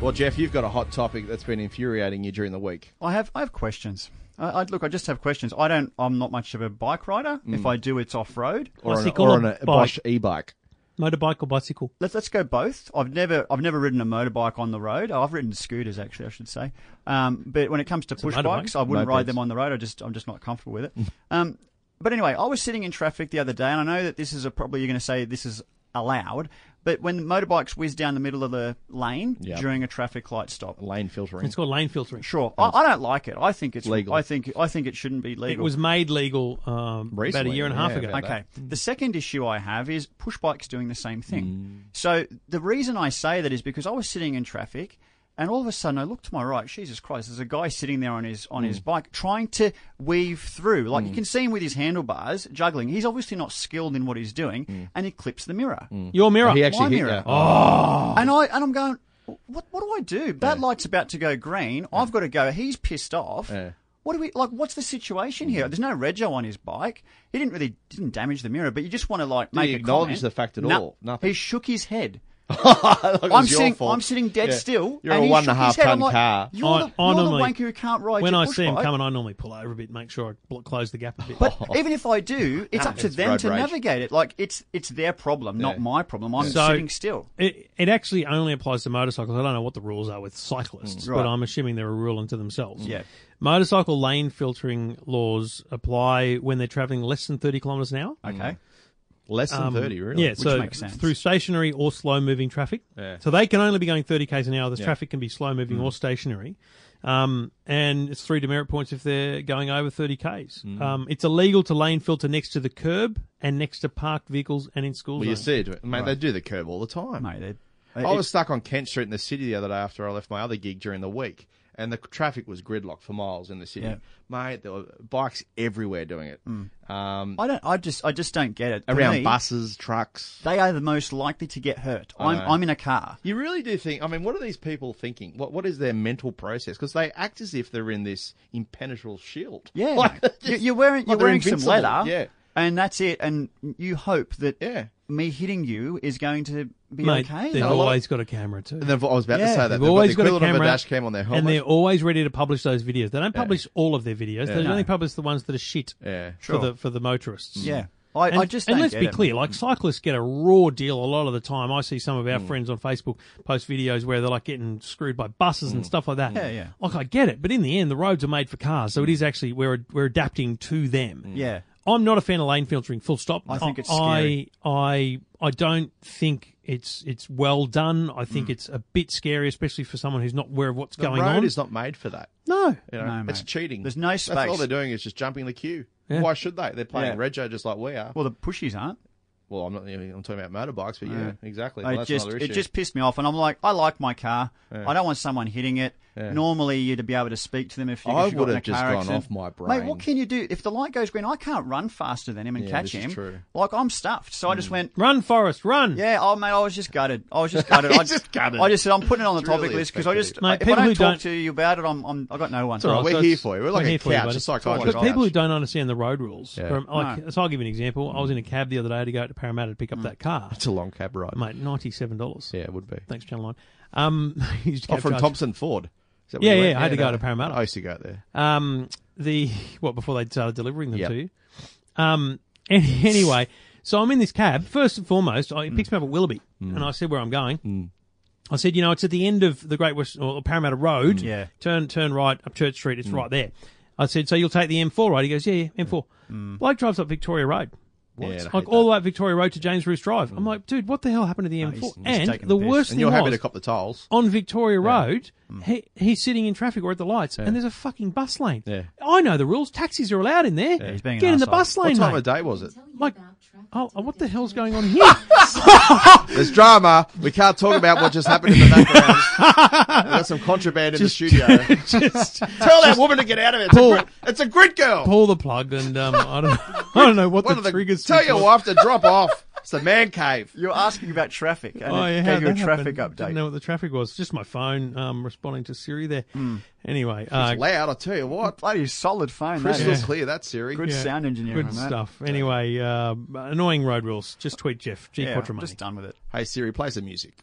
Well, Jeff, you've got a hot topic that's been infuriating you during the week. I have I have questions. I, I look. I just have questions. I don't. I'm not much of a bike rider. Mm. If I do, it's off road. Or What's on, he a- called? or on a Bike. Bosch e-bike. Motorbike or bicycle? Let's let's go both. I've never I've never ridden a motorbike on the road. I've ridden scooters actually, I should say. Um, but when it comes to push motorbike. bikes, I wouldn't ride Mopeds. them on the road. I just I'm just not comfortable with it. Mm. um, but anyway, I was sitting in traffic the other day, and I know that this is a probably you're going to say this is allowed. But when motorbikes whiz down the middle of the lane Yeah. during a traffic light stop, Lane filtering. It's called lane filtering. sure, I, I don't like it. I think it's Legal. I think I think it shouldn't be It legal. was made legal um, about a Recently, year and a half yeah, ago. about Okay. The second issue I have is push bikes doing the same thing. So the reason I say that is because I was sitting in traffic and all of a sudden I looked to my right, Jesus Christ, there's a guy sitting there on his on his bike trying to weave through. Like you can see him with his handlebars juggling. He's obviously not skilled in what he's doing and he clips the mirror. Your mirror. He actually My hit mirror. you. Oh. [laughs] And I and I'm going what what do I do? That light's about to go green. I've got to go. He's pissed off. Yeah. Mm. What do we like? What's the situation here? There's no Rego on his bike. He didn't really didn't damage the mirror, but you just want to like he make a acknowledge comment. the fact at No, all? Nothing. He shook his head. Like, it I'm was your sitting. fault. I'm sitting dead Yeah. still. You're and a he one and a half shook his head. I'm ton like, car. You're, I, the, I you're the normally- wanker who can't ride. When your I push see him bike. coming, I normally pull over a bit, make sure I blo- close the gap a [laughs] bit. But even if I do, it's up to It's them Oh. road to rage. navigate it. Like it's it's their problem, not Yeah. my problem. I'm So- sitting still. It, it actually only applies to motorcycles. I don't know what the rules are with cyclists, Right. but I'm assuming they're a rule unto themselves. Yeah. Motorcycle lane filtering laws apply when they're traveling less than 30 kilometres an hour. Okay. Mm. Less than Um, 30, really. Yeah, so makes sense. through stationary or slow moving traffic. Yeah. So they can only be going 30 k's an hour. The traffic can be slow moving or stationary. Um, and it's three demerit points if they're going over 30 k's. Um, it's illegal to lane filter next to the curb and next to parked vehicles and in school Well, you zones. see, it, mate, they do the curb all the time. Mate, it- I was stuck on Kent Street in the city the other day after I left my other gig during the week, and the traffic was gridlocked for miles in the city. Yeah. Mate, there were bikes everywhere doing it. Um, I don't. I just. I just don't get it. To around me, buses, trucks. they are the most likely to get hurt. I'm, know. I'm in a car. [laughs] You really do think. I mean, what are these people thinking? What What is their mental process? Because they act as if they're in this impenetrable shield. Yeah, Like, mate. just- You- you're wearing you're like they're wearing some invincible. leather. Yeah, and that's it. And you hope that yeah. me hitting you is going to be Mate, okay. they've No, always got a camera too. And they've, I was about to Yeah. say that They've they've always got the got a equivalent camera, of a dash cam on their helmet. and they're always ready to publish those videos. They don't publish all of their videos. They No. only publish the ones that are shit Yeah. Mm. for the for the motorists. yeah, I, And, I just and don't let's get be it. clear, like cyclists get a raw deal a lot of the time. I see some of Mm. our friends on Facebook post videos where they're like getting screwed by buses Mm. and stuff like that. Yeah, yeah. Like I get it, but in the end, the roads are made for cars, Mm. so it is actually we're we're adapting to them. Yeah, I'm not a fan of lane filtering. Full stop. I think it's I scary. I I don't think it's it's well done. I think it's a bit scary, especially for someone who's not aware of what's Mm. The going road on. is not made for that. no, You know, No, mate. it's cheating. There's no That's all space. they're doing is just jumping the queue. Yeah. Why should they? They're playing Yeah. Rego just like we are. well, the pushies aren't. Well, I'm not. I'm talking about motorbikes, but yeah, exactly. It Well, that's just another it issue. just pissed me off, and I'm like, I like my car. I don't want someone hitting it. Normally, you'd be able to speak to them if you. I if you got would in have a just car gone accident. off my Mate, brain. what can you do if the light goes green? I can't run faster than him and Yeah, catch this is him. true. Hmm. Like I'm stuffed, so I just went. run, Forrest, run. Yeah, oh mate, I was just gutted. I was [laughs] just gutted. I just gutted. I just said I'm putting it on the It's topic really list because I just affected Mate, if I people who don't talk don't- to you about it, I'm, I'm I got no one. all right. We're so here it's- for you. We're like a here for you, couch, buddy. a psychiatrist But people who couch. don't understand the road rules, Yeah. from, like, so I'll give you an example. I was in a cab the other day to go out to Parramatta to pick Mm. up that car. It's a long cab ride. Mate, ninety-seven dollars. Yeah, it would be. Thanks, Channel Nine. Um, [laughs] used Oh, cab from charge. Thompson Ford. Is that Yeah, where you yeah, went? I had to go no. to Parramatta. I used to go out there. Um, the what before they started delivering them Yep. to you. Um, [laughs] and anyway, so I'm in this cab. First and foremost, Mm. I, it picks me up at Willoughby, and I said where I'm going. I said, you know, it's at the end of the Great West or Parramatta Mm. Road. Yeah. turn turn right up Church Street. It's right there. I said, so you'll take the M4, right? He goes, yeah, yeah, M4. Blake drives up Victoria Road. What? Mm. Yeah, I Like hate that. Mm. all the way up Victoria Road to James Roos Drive. I'm like, dude, what the hell happened to the M4? he's- he's and taking the the piss. worst and thing you're happy was, to cop the tolls. on Victoria Road, Mm. he, he's sitting in traffic or at the lights, and there's a fucking bus lane. Yeah. I know the rules. Taxis are allowed in there. he's being an Get in the arsehole. bus What lane, time mate. of day was it? Like, oh, oh, what the hell's going on [laughs] here? There's drama. We can't talk about what just happened in the background. [laughs] We've got some contraband in the studio. Just Tell that woman to get out of it. It's, Paul- a, grit, it's a grit girl. pull the plug, and um, I don't, know, [laughs] I don't know what One the, of the- triggers. tell switch your was. wife to drop off. It's the man cave. You're asking about traffic, and Oh, yeah, it how'd gave you a that traffic happen? update. Didn't know what the traffic was. Just my phone um, responding to Siri there. Hmm. Anyway, uh, It's loud. I tell you what. Bloody solid phone. that Crystal [laughs] is. clear. That Siri. Good sound engineering. good on that. stuff. Anyway, uh, annoying road rules. Just tweet Jeff G Yeah, Quattromani. just done with it. Hey Siri, play some music.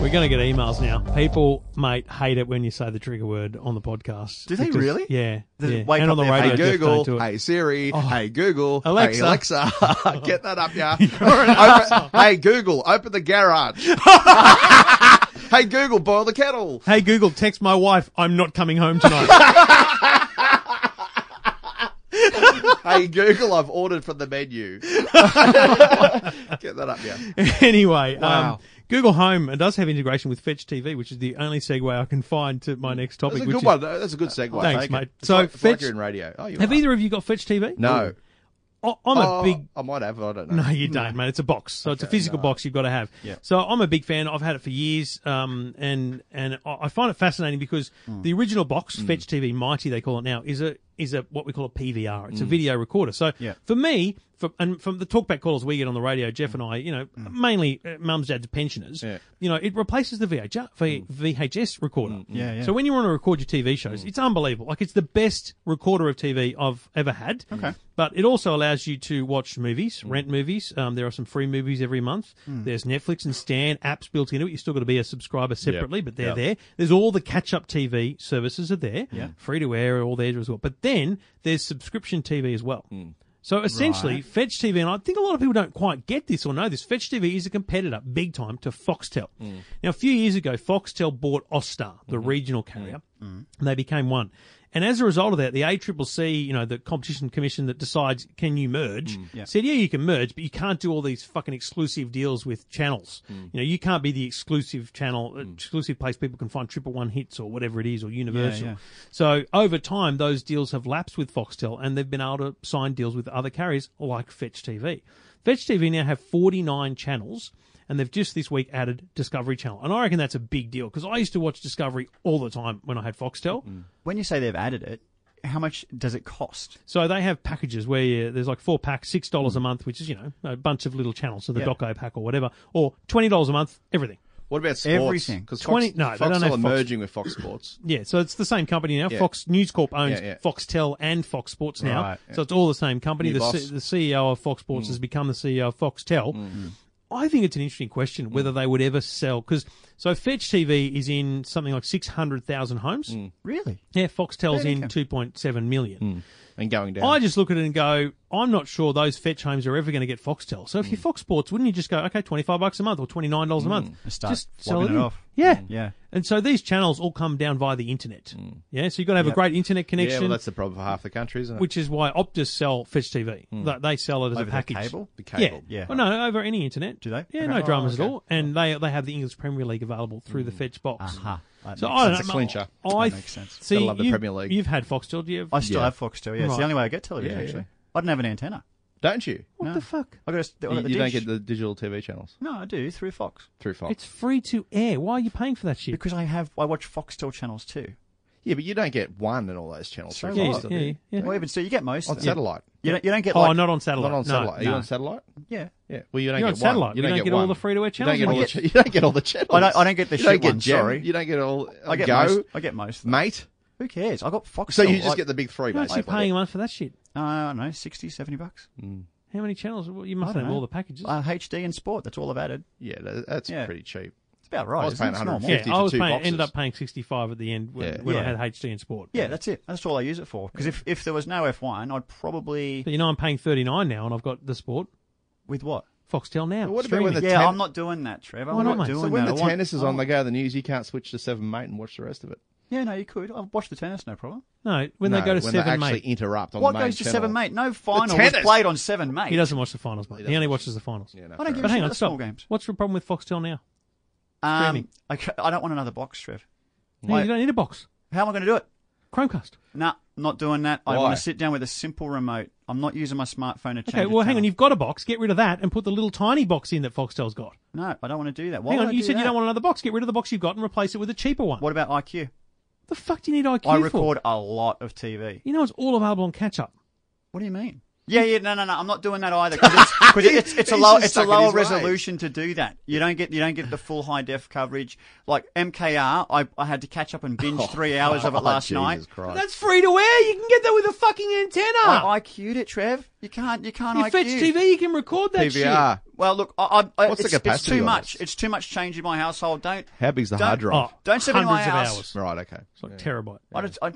We're going to get emails now. People, mate, hate it when you say the trigger word on the podcast. Do they Because- really? Yeah. Does it yeah. wake And up on the their radio, Hey I just Google, don't do it. Oh. hey Siri, hey Google, hey Alexa. Alexa, [laughs] get that up, [laughs] yeah. Open- hey Google, open the garage. hey Google, boil the kettle. Hey Google, text my wife. I'm not coming [laughs] home tonight. [laughs] Hey Google, I've ordered from the menu. [laughs] get that up, yeah. anyway, um, Wow. Google Home uh, does have integration with Fetch TV, which is the only segue I can find to my next topic. That's a which good is- one. That's a good segue. Thanks, Take it. mate. It's So, like, it's like Fetch- you're in radio. Oh, you Have are. either of you got Fetch TV? No. I- I'm Oh, a big I might have. I don't know. No, you don't, mate. It's a box, so it's a physical box you've got to have. So I'm a big fan. I've had it for years, um, and and I I find it fascinating because the original box, Fetch TV Mighty, they call it now, is a is a what we call a PVR. It's a video recorder. So Yeah. for me, for, and from the talkback calls we get on the radio, Jeff and I, you know, mainly uh, mums, dads, pensioners, you know, it replaces the VHR, v, VHS recorder. Yeah, yeah. So when you want to record your TV shows, it's unbelievable. Like it's the best recorder of TV I've ever had. Okay. But it also allows you to watch movies, rent movies. Um, there are some free movies every month. There's Netflix and Stan apps built into it. You still got to be a subscriber separately, but they're there. There's all the catch up TV services are there. Yeah. Free to air are all there as well. But then there's subscription TV as well. So essentially, Fetch TV, and I think a lot of people don't quite get this or know this, Fetch TV is a competitor big time to Foxtel. Now, a few years ago, Foxtel bought Austar, the regional carrier, Mm. and they became one. And as a result of that, the ACCC, you know, the competition commission that decides can you merge, said, yeah, you can merge, but you can't do all these fucking exclusive deals with channels. You know, you can't be the exclusive channel, exclusive place people can find triple one hits or whatever it is or universal. yeah. So over time, those deals have lapsed with Foxtel, and they've been able to sign deals with other carriers like Fetch TV. Fetch TV now have 49 channels, and they've just this week added Discovery Channel, and I reckon that's a big deal because I used to watch Discovery all the time when I had Foxtel. When you say they've added it, how much does it cost? So they have packages where you, there's like four packs, six dollars a month, which is you know a bunch of little channels, so the Yeah. Doco pack or whatever, or twenty dollars a month, everything. What about sports? Everything. Because 20 Fox, no, they don't Foxtel have are Fox- merging with Fox Sports. Yeah, so it's the same company now. Yeah. Fox News Corp owns Yeah, yeah. Foxtel and Fox Sports now, Right, so it's all the same company. New The, boss. Mm. C- the CEO of Fox Sports has become the CEO of Foxtel. I think it's an interesting question Mm. whether they would ever sell because so Fetch TV is in something like six hundred thousand homes. Mm. Really? Yeah, Foxtel's in two point seven million. and going down. I just look at it and go, I'm not sure those fetch homes are ever going to get Foxtel. So if Mm. you're Fox Sports, wouldn't you just go, okay, twenty five bucks a month or twenty nine dollars a month? Just start just sell swapping it, in. it off. Mm, Yeah, Yeah. And so these channels all come down via the internet. Yeah, so you've got to have a great internet yeah, connection, well, that's the problem for half the country, isn't it? which is why Optus sell Fetch TV. They, they sell it as Over a the package. cable? the cable. Yeah. Yeah. Well, no, over any internet. Do they? Yeah, Okay. no Oh, dramas at okay. all. And they they have the English Premier League available through the Fetch box. Aha. That So makes I sense. don't know. It's a clincher. I That makes sense. See, Gotta love the you- Premier League. You've had Foxtel. Do you have? I still Yeah. have Foxtel. Yeah, it's Right. the only way I get television. Yeah, yeah. actually, I didn't have an antenna. Don't you? what No. the fuck? I got a, I got You, the you don't dish. get the digital TV channels No, I do through Fox through Fox. It's free to air. Why are you paying for that shit? because I have I watch Foxtel channels too. yeah, but you don't get one in all those channels So through yeah, Fox. what? yeah, yeah, yeah. Well, even so, you get most On of them. satellite. You don't, you don't get Oh, like not on satellite. Not on No, satellite. Are you no. on satellite? yeah. Yeah. Well, you don't You're get on satellite. One. We don't get all one. the free-to-air You channels don't get we all the, get. ch- you don't get all the channels. I don't, I don't get the you shit don't get ones, Gem, Sorry, You don't get all. I get go, most. I get most. Of them. mate. Oh, Who cares? I got Foxtel. So you just like, get the big three, How mate. much are you paying a month for that shit? uh, I don't know, 60, 70 bucks. How many channels? Well, you must I don't have know. all the packages. Uh, HD and sport. That's all I've added. Yeah, that, that's Yeah. pretty cheap. It's about right. I was isn't paying it? It's normal. 150. yeah, I for was two paying, boxes. ended up paying sixty-five at the end when, Yeah. when I Yeah. had HD and Sport. Yeah, that's it. That's all I use it for. Because if, if there was no F1, I'd probably but you know I'm paying thirty-nine now, and I've got the Sport with what? Foxtel now. But what about when streaming. the yeah, ten- I'm not doing that, Trev. I'm Why not, not, mate? So doing So when that. the I want- oh, tennis is on, they go to the news. You can't switch to Seven Mate and watch the rest of it. Yeah, no, you could. I've watched the tennis, no problem. no, when they No, go to when they seven, actually mate, interrupt on what the main goes to channel. seven, mate? No final was tennis! played on seven, mate. he doesn't watch the finals, mate. He, doesn't only watch watches the finals. Yeah, no, I don't fair give enough. But a hang shit, on, that's stop. small games. What's the problem with Foxtel now? Um, Streaming. I, c- I don't want another box, Trev. No, Why- you don't need a box. How am I going to do it? Chromecast. Nah, not doing that. I Why? want to sit down with a simple remote. I'm not using my smartphone to change. Okay, the well, hang on. channel. You've got a box. Get rid of that and put the little tiny box in that Foxtel's got. No, I don't want to do that. Why hang would on. I You do said you that? don't want another box. Get rid of the box you've got and replace it with a cheaper one. What about IQ? the fuck do you need IQ I for? record a lot of TV. You know, it's all available on catch up. What do you mean? Yeah, yeah, no, no, no. I'm not doing that either because [laughs] it's, [laughs] 'cause it's, it's a He's low, just it's a stuck in lower his ways. resolution to do that. You don't get, you don't get the full high def coverage. Like MKR, I, I had to catch up [laughs] and binge three hours of it last Oh, Jesus night. Christ. That's free to wear. You can get that with a fucking antenna. I IQ'd it, Trev. You can't, you can't Your IQ. fetch TV, you can record that shit. PVR. Well, look, I, I, I, What's the it's, it's capacity too on much. this? It's too much change in my household. Don't. How big's the don't- hard drive? Oh, Don't sit in my hundreds of house. hours. Right, okay. It's like terabyte. I just, I,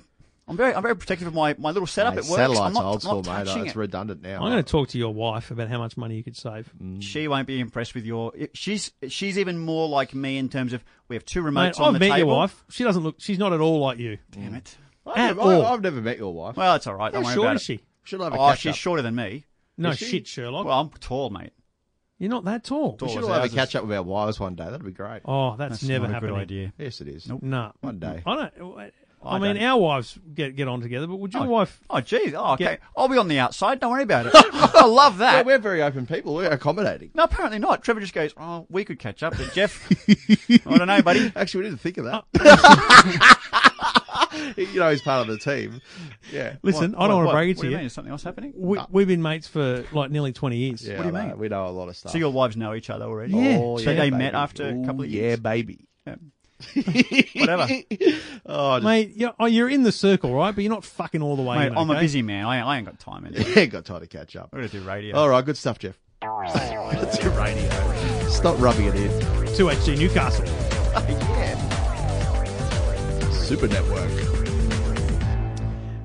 I'm very, I'm very protective of my, my little setup. Mate, it works. Satellites I'm not, are old I'm school, not mate. touching It's it. redundant now. I'm going to talk to your wife about how much money you could save. She won't be impressed with your. She's, she's even more like me in terms of we have two Mate, remotes on I've the met your table. Mm. wife. She doesn't look. She's not at all like you. Damn it. I've, at I've- all. I've never met your wife. Well, it's all right. Don't How worry short about is it. she? Should I have a Oh, catch she's up? shorter than me. No Is she? shit, Sherlock. Well, I'm tall, mate. You're not that tall. Tall We should as all have a houses. catch up with our wives one day. That'd be great. Oh, that's, never not a happened. good idea. Yes, it is. No. One day. I don't. I, I mean, don't. our wives get get on together, but would your wife? Oh, geez. Oh, okay. Yeah. I'll be on the outside. Don't worry about it. I love Yeah, that. we're very open people. We're accommodating. no, apparently not. Trevor just goes, oh, we could catch up. But Jeff, I don't know, buddy. Actually, we didn't think of that. [laughs] you know, he's part of the team. Yeah. Listen, Oh. What- I don't what- want to what? break it What to do you. mean? Is something else happening? We, We've been mates for like nearly twenty years. Yeah, what do you I know. mean? We know a lot of stuff. So your wives know each other already? Yeah. Oh, So So they baby. met after a couple of Ooh, years? Yeah, [laughs] baby. Whatever. Oh, just, Mate, you're, oh, you're in the circle, right? But you're not fucking all the way Mate, in. I'm a okay? busy man. I, I ain't got time anymore. yeah, got time to catch up. We're going to do radio. All right, good stuff, Jeff. [laughs] Let's do radio. Stop rubbing it in. 2HG Newcastle. Super Network.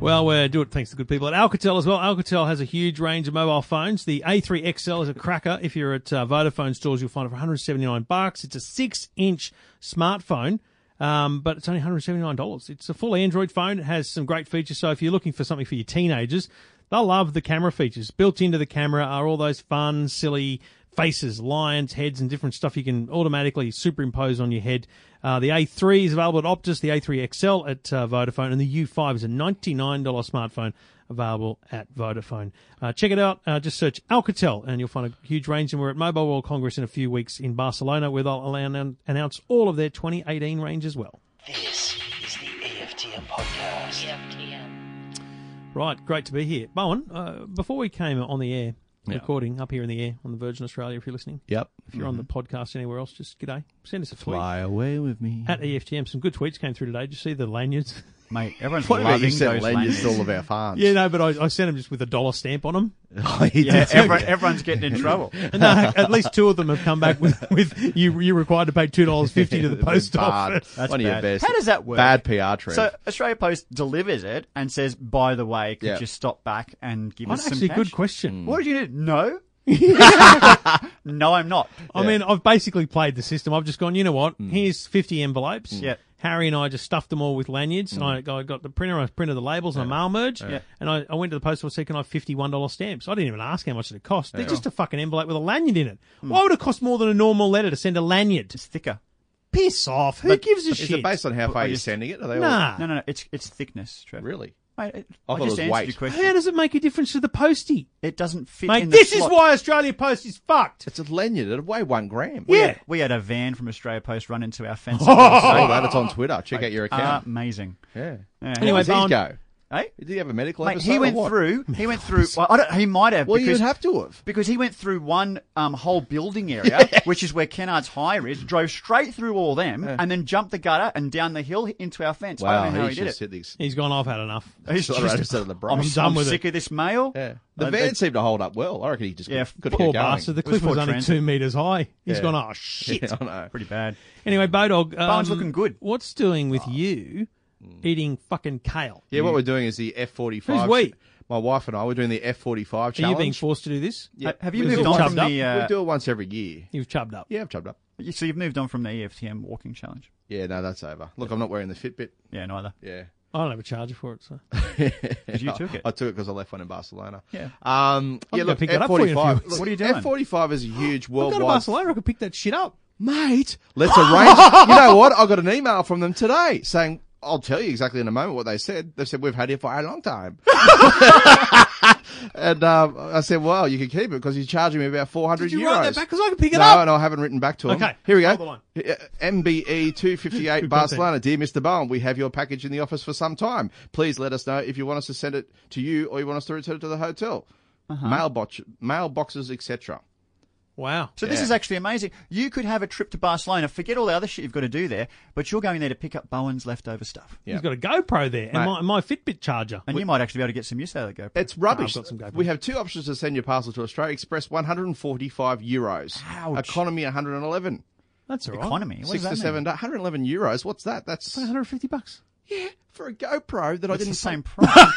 Well, we do it thanks to the good people at Alcatel as well. Alcatel has a huge range of mobile phones. The A3XL is a cracker. If you're at uh, Vodafone stores, you'll find it for 179 bucks. It's a six-inch smartphone, um, but it's only 179 dollars. It's a full Android phone. It has some great features. So if you're looking for something for your teenagers, they'll love the camera features. Built into the camera are all those fun, silly faces, lions, heads, and different stuff you can automatically superimpose on your head. Uh, the A3 is available at Optus, the A3 XL at uh, Vodafone, and the U5 is a $99 smartphone available at Vodafone. Uh, check it out. Uh, just search Alcatel, and you'll find a huge range. And we're at Mobile World Congress in a few weeks in Barcelona, where they'll allow- announce all of their 2018 range as well. This is the EFTM podcast. EFTM. Right, great to be here. Bowen, uh, before we came on the air, recording up here in the air on the Virgin Australia, if you're listening, Yep. if you're on the podcast anywhere else, just g'day. Send us a tweet. Fly away with me. Mm-hmm. At E EFTM, some good tweets came through today. Did you see the lanyards? Mate, everyone's What about loving you those sent lanyards lanyards. to all of our farms? yeah, no, but I, I sent them just with a dollar stamp on them. [laughs] [laughs] Yeah, everyone, everyone's getting in trouble. No, at least two of them have come back with, with you. You're required to pay two dollars fifty [laughs] [laughs] to the post Bad. office. One of your bad. best. How does that [laughs] work? Bad PR trip. So Australia Post delivers it and says, "By the way, could Yeah. Hmm. you stop back and give That's us some actually a cash?" Mm. good question. What do you do? [laughs] No, no, I'm not. I mean, I've basically played the system. I've just gone. You know what? Mm. Here's fifty envelopes. Yeah. Harry and I just stuffed them all with lanyards. And I, I got the printer. I printed the labels and I mail merged. Mm. Yeah. And I, I went to the post office. Said, "Can I have fifty-one dollar stamps?" I didn't even ask how much it cost. They're just a fucking envelope with a lanyard in it. Mm. Why would it cost more than a normal letter to send a lanyard? It's thicker. Piss off. Who gives a is shit? it based on how far I you're just- sending it? Are they nah. No, no, no. It's it's thickness, all Trevor. Ah. really? Mate, it, I I, thought it just was answered weight. your How question. does it make a difference to the postie? It doesn't fit Mate, in the this is slot. why Australia Post is fucked. It's a lanyard. It'd weigh one gram. Yeah. we had a van from Australia Post run into our [laughs] fence. All that. It's on Twitter. Check Uh, out your account. amazing. yeah. Yeah. Anyway, Where did he Bowen- go? Eh? Did he have a medical Mate, episode he or went what? through. He [laughs] went through. Well, I don't, he might have. Well, because, you'd have to have. because he went through one um, whole building area, which is where Kennard's Hire is. Drove straight through all them, and then jumped the gutter and down the hill into our fence. I don't know how he he's did just it. hit these. He's gone, I've had enough. He's Sort of out of the I'm, brush. done I'm with sick it. of this mail. Yeah. The I- van seemed to hold up well. I reckon he just Yeah, couldn't Poor get going. bastard. The It was cliff was, for only transit. two metres high. He's [laughs] Yeah. gone, oh, shit. I know. Pretty bad. Anyway, Bodog. Um, Bowen's looking good. What's doing Oh. with you Hmm. eating fucking kale? Yeah, what we're doing is the F45. Who's we? My wife and I, we're doing the F45 challenge. Are you being forced to do this? Yeah. Ha- Have you Was moved it all on from chubbed the? we Uh, do it once every year. You've chubbed up. Yeah, I've chubbed up. you- so you've moved on from the E EFTM walking challenge. Yeah, no, that's over. Look, I'm not wearing the Fitbit. Yeah, [laughs] neither. Yeah. I don't have a charger for it, so. Because you took it. I took it because I left one in Barcelona. Yeah. Um, yeah, gonna look, pick F45. that up for you in a few weeks. look, What are you doing? F45 is a huge I've got worldwide. to Barcelona. I could pick that shit up. Mate, [laughs] let's arrange. you know what? I got an email from them today saying, I'll tell you exactly in a moment what they said. They said, we've had it for a long [laughs] time. [laughs] and um, I said, well, you can keep it because you're charging me about 400 Did you euros. write that back? Because I can pick it no, up. and I haven't written back to him. Okay, Here we go. hold the line. Uh, MBE [laughs] 258 Barcelona. Dear Mr. Bowen, we have your package in the office for some time. Please let us know if you want us to send it to you or you want us to return it to the hotel. Uh-huh. mailbox, mailboxes, etc. Wow. So this Yeah. is actually amazing. You could have a trip to Barcelona. Forget all the other shit you've got to do there, but you're going there to pick up Bowen's leftover stuff, Yeah. He's got a GoPro there and Mate. my, my Fitbit charger. and you might actually be able to get some use out of the GoPro. It's rubbish. No, I've got some go we have two options to send your parcel to Australia Express: 145 euros, Ouch. economy 111, That's all right. Economy. What six does that to seven, mean? da- 111 euros. What's that? That's 150 bucks. yeah for a GoPro that I It's didn't the same [laughs] pay- price.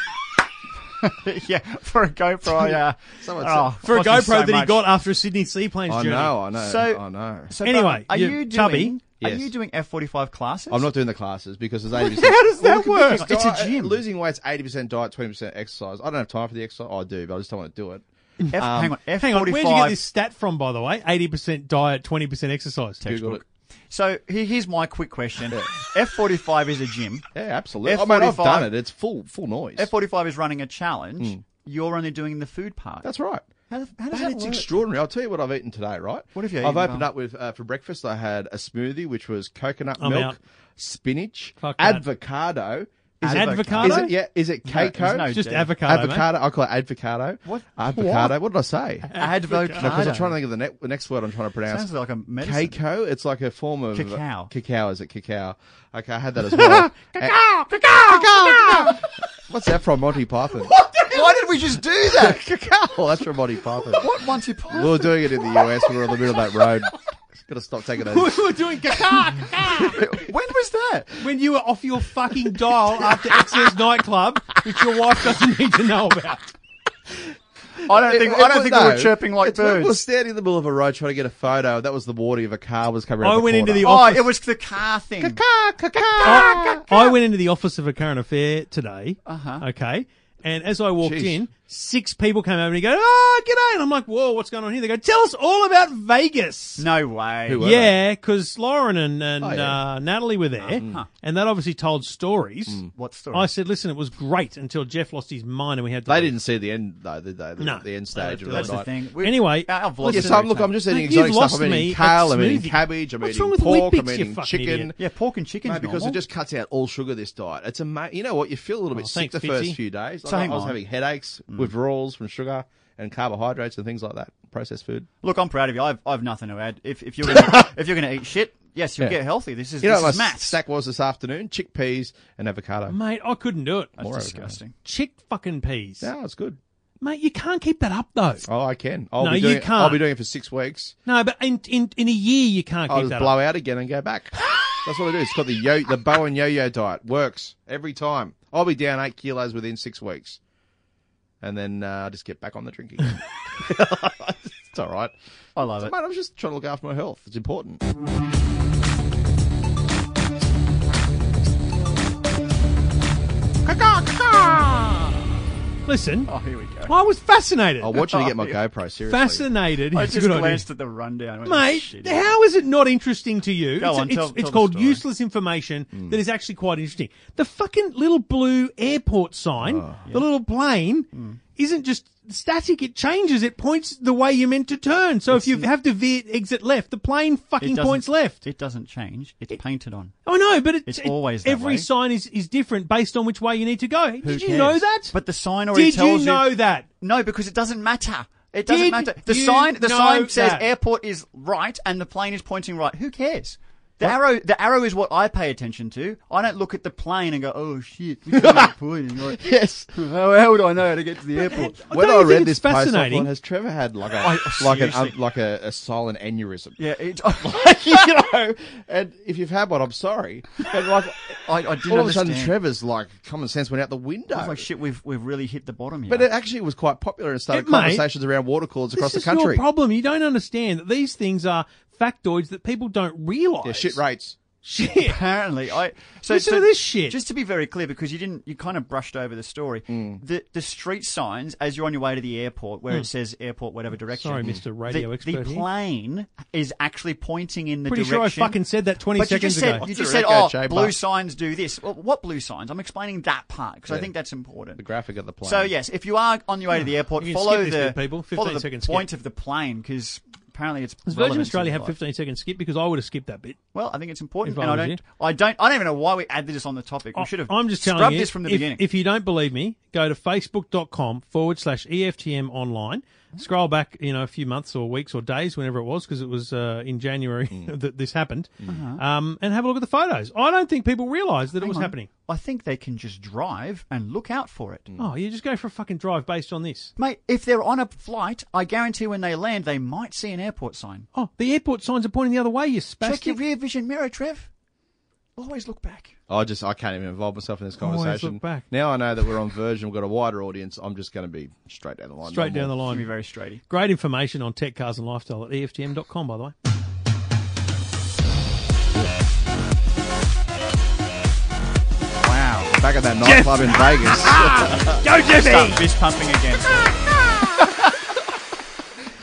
yeah, for a GoPro. Yeah, Someone said- oh, For a cost me GoPro so that he much. got uh, after a Sydney seaplanes I journey. know, I know, So- I know. So Anyway, Bowen, are you- you, Chubby. doing? Yes. Are you doing F45 classes? I'm not doing the classes because [laughs] there's 80. How does that work? It's a gym. Losing weight's 80 percent diet, 20 percent exercise. I don't have time for the exercise. I do, but I just don't want to do it. F, hang on. F45. Hang on, where'd you get this stat from, by the way? 80% diet, 20% exercise. Googled it. So he- here's my quick question. F45 is a gym. Yeah, absolutely. I mean, I've F45. done it. It's full full noise. F45 is running a challenge. You're only doing the food part. That's right. how, the- how does Man, that it's work? extraordinary. I'll tell you what I've eaten today, right? What have you I've eaten, opened Val? up with uh, for breakfast. I had a smoothie, which was coconut I'm milk, out. spinach, Fuck that. avocado. Is Is it it avocado? Is it yeah? Is it there's keiko? no- Just Yeah. avocado, mate. avocado. I call it avocado. What? Avocado. What, did I say? Advocado. No, because I'm trying to think of the, ne- the next word I'm trying to pronounce. Sounds like a medicine. Keiko. It's like a form of uh, Cacao. Cacao is it cacao? Okay, I had that as well. cacao, cacao, cacao, [laughs] What's that from Monty Python? Why did we just do that? [laughs] cacao. That's from Monty Python. what Monty We Python? were doing it in the US. We were on the middle of that road. Got to stop taking those. We were doing caca when was that? when you were off your fucking dial after XS nightclub, which your wife doesn't need to know about. I don't think I don't think we No, were chirping like it's when We were birds. standing in the middle of a road trying to get a photo. That was the warning of a car was coming. I around went into Oh. the Oh, office. it was the car thing. the car. [laughs] I went into the office of a current affair today. Uh-huh. Okay. And as I walked Jeez. in, six people came over and he go, "Ah, g'day!" And I'm like, "Whoa, what's going on here?" They go, "Tell us all about Vegas." No way. Who were they? Yeah, because Lauren and, and Oh, yeah. Mm. uh, Natalie were there, and that obviously told stories. What story? I said, "Listen, it was great until Jeff lost his mind and we had to." They leave." didn't see the end though, did they? The, No. the end stage of That's the the night. thing. Anyway, our vlog let's- Yeah, is so I'm, very look, I'm tight. just eating Mate, you've exotic lost stuff. I'm me eating at kale, I'm eating smoothie. cabbage, I'm What's wrong eating with pork, Weet I'm Bix, you eating fucking chicken. idiot? Yeah, pork and chicken. Mate, because it just cuts out all sugar. This diet. It's amazing. You know what? You feel a little bit sick Oh, thanks, the first Fitzy. few days. Like, So I hang was on. having headaches, Mm. withdrawals from sugar and carbohydrates and things like that. Processed food. Look, I'm proud of you. I've, I've nothing to add. If, if you're gonna, if you're going to eat shit, yes, you'll Yeah. get healthy. This is You know this what is my maths. stack was this afternoon? Chickpeas and avocado. Mate, I couldn't do it. More That's avocado. disgusting. Chick fucking peas. No, it's good. Mate, you can't keep that up though. Oh, I can. I'll No, be you doing, I'll can't. be doing it for six weeks. No, but in in, in a year you can't I'll keep just that blow up. out again and go back. That's what I do. It's got the yo, the bow and yo-yo diet. Works every time. I'll be down eight kilos within six weeks, and then uh, I just get back on the drinking. [laughs] it's all right, I love it. mate. I'm just trying to look after my health. It's important. Listen, Oh, here we go. I was fascinated. I want you to get [laughs] my GoPro. Seriously, fascinated. I It's a just good idea. glanced at the rundown. Went, Mate, Oh, "Shit." how is it not interesting to you? Go it's on, it's, tell- it's tell the called story. Hmm. useless information that is actually quite interesting. The fucking little blue airport sign, Ah, the little plane, Hmm. isn't just static. It changes. It points the way you're meant to turn. So if you have to veer exit left, the plane fucking doesn't- points left. It doesn't change. It's painted on. I know, but it's, It's it- always that every way. sign is, is different based on which way you need to go. Who Did you cares? know that? But the sign already Did tells you know that? No, because it doesn't matter. It doesn't Did matter. The you sign, the know sign says that? airport is right and the plane is pointing right. Who cares? The arrow, the arrow is what I pay attention to. I don't look at the plane and go, "Oh shit, which one's [laughs] pointing right?" yes. How, how would I know how to get to the airport? When Don't [laughs] you I think read it's this post, I thought, fascinating? has Trevor had like a I- like an seriously. like a, a silent [laughs] aneurysm? yeah, it, [laughs] you know, and if you've had one, I'm sorry. But like, I, I didn't all of a understand. sudden, Trevor's like common sense went out the window. I was like, "Shit, we've we've really hit the bottom here." But it actually was quite popular and started It may. conversations around water cords across the this is country. your problem. You don't understand that these things are factoids that people don't realise. Yeah, shit rates. Shit. [laughs] apparently i so, Listen so- to this shit. just to be very clear because you didn't you kind of brushed over the story Hmm. the the street signs as you're on your way to the airport where it says airport whatever direction Sorry, Mr. Radio the, Expert the here. plane is actually pointing in the Pretty sure I direction fucking said that 20 but you seconds just said ago. you What's just a said record, oh Jay blue Buck? signs do this well, what blue signs i'm explaining that part because i think that's important The graphic of the plane. so yes if you are on your way to the airport [sighs] You can follow skip this the bit, people. follow 15 the second skip. point of the plane because apparently it's Does Virgin relevant to Australia your have life. 15 second skip? Because I would have skipped that bit. Well, I think it's important, If I and I was don't, you. I don't, I don't even know why we added this on the topic. We should have. Oh, I'm just telling scrubbed you, this from the if, beginning. if you don't believe me, go to facebook.com forward slash E EFTM online. Scroll back, you know, a few months or weeks or days, whenever it was, because it was uh, in January [laughs] Hmm. that this happened, um, and have a look at the photos. I don't think people realise that it was Uh-huh. Hang on. happening. I think they can just drive and look out for it. Oh, you just go for a fucking drive based on this. Mate, if they're on a flight, I guarantee when they land, they might see an airport sign. Oh, the airport signs are pointing the other way, you Check your spastic. rear vision mirror, Trev. Always look back. I just I can't even involve myself in this Always look conversation. back. Now I know that we're on Virgin, we've got a wider audience. I'm just going to be straight down the line. Straight down the It's gonna be line. very straighty. Great information on tech, cars, and lifestyle at E EFTM.com, by the way. Wow, back at that nightclub in Vegas. Ah! Start fist pumping again.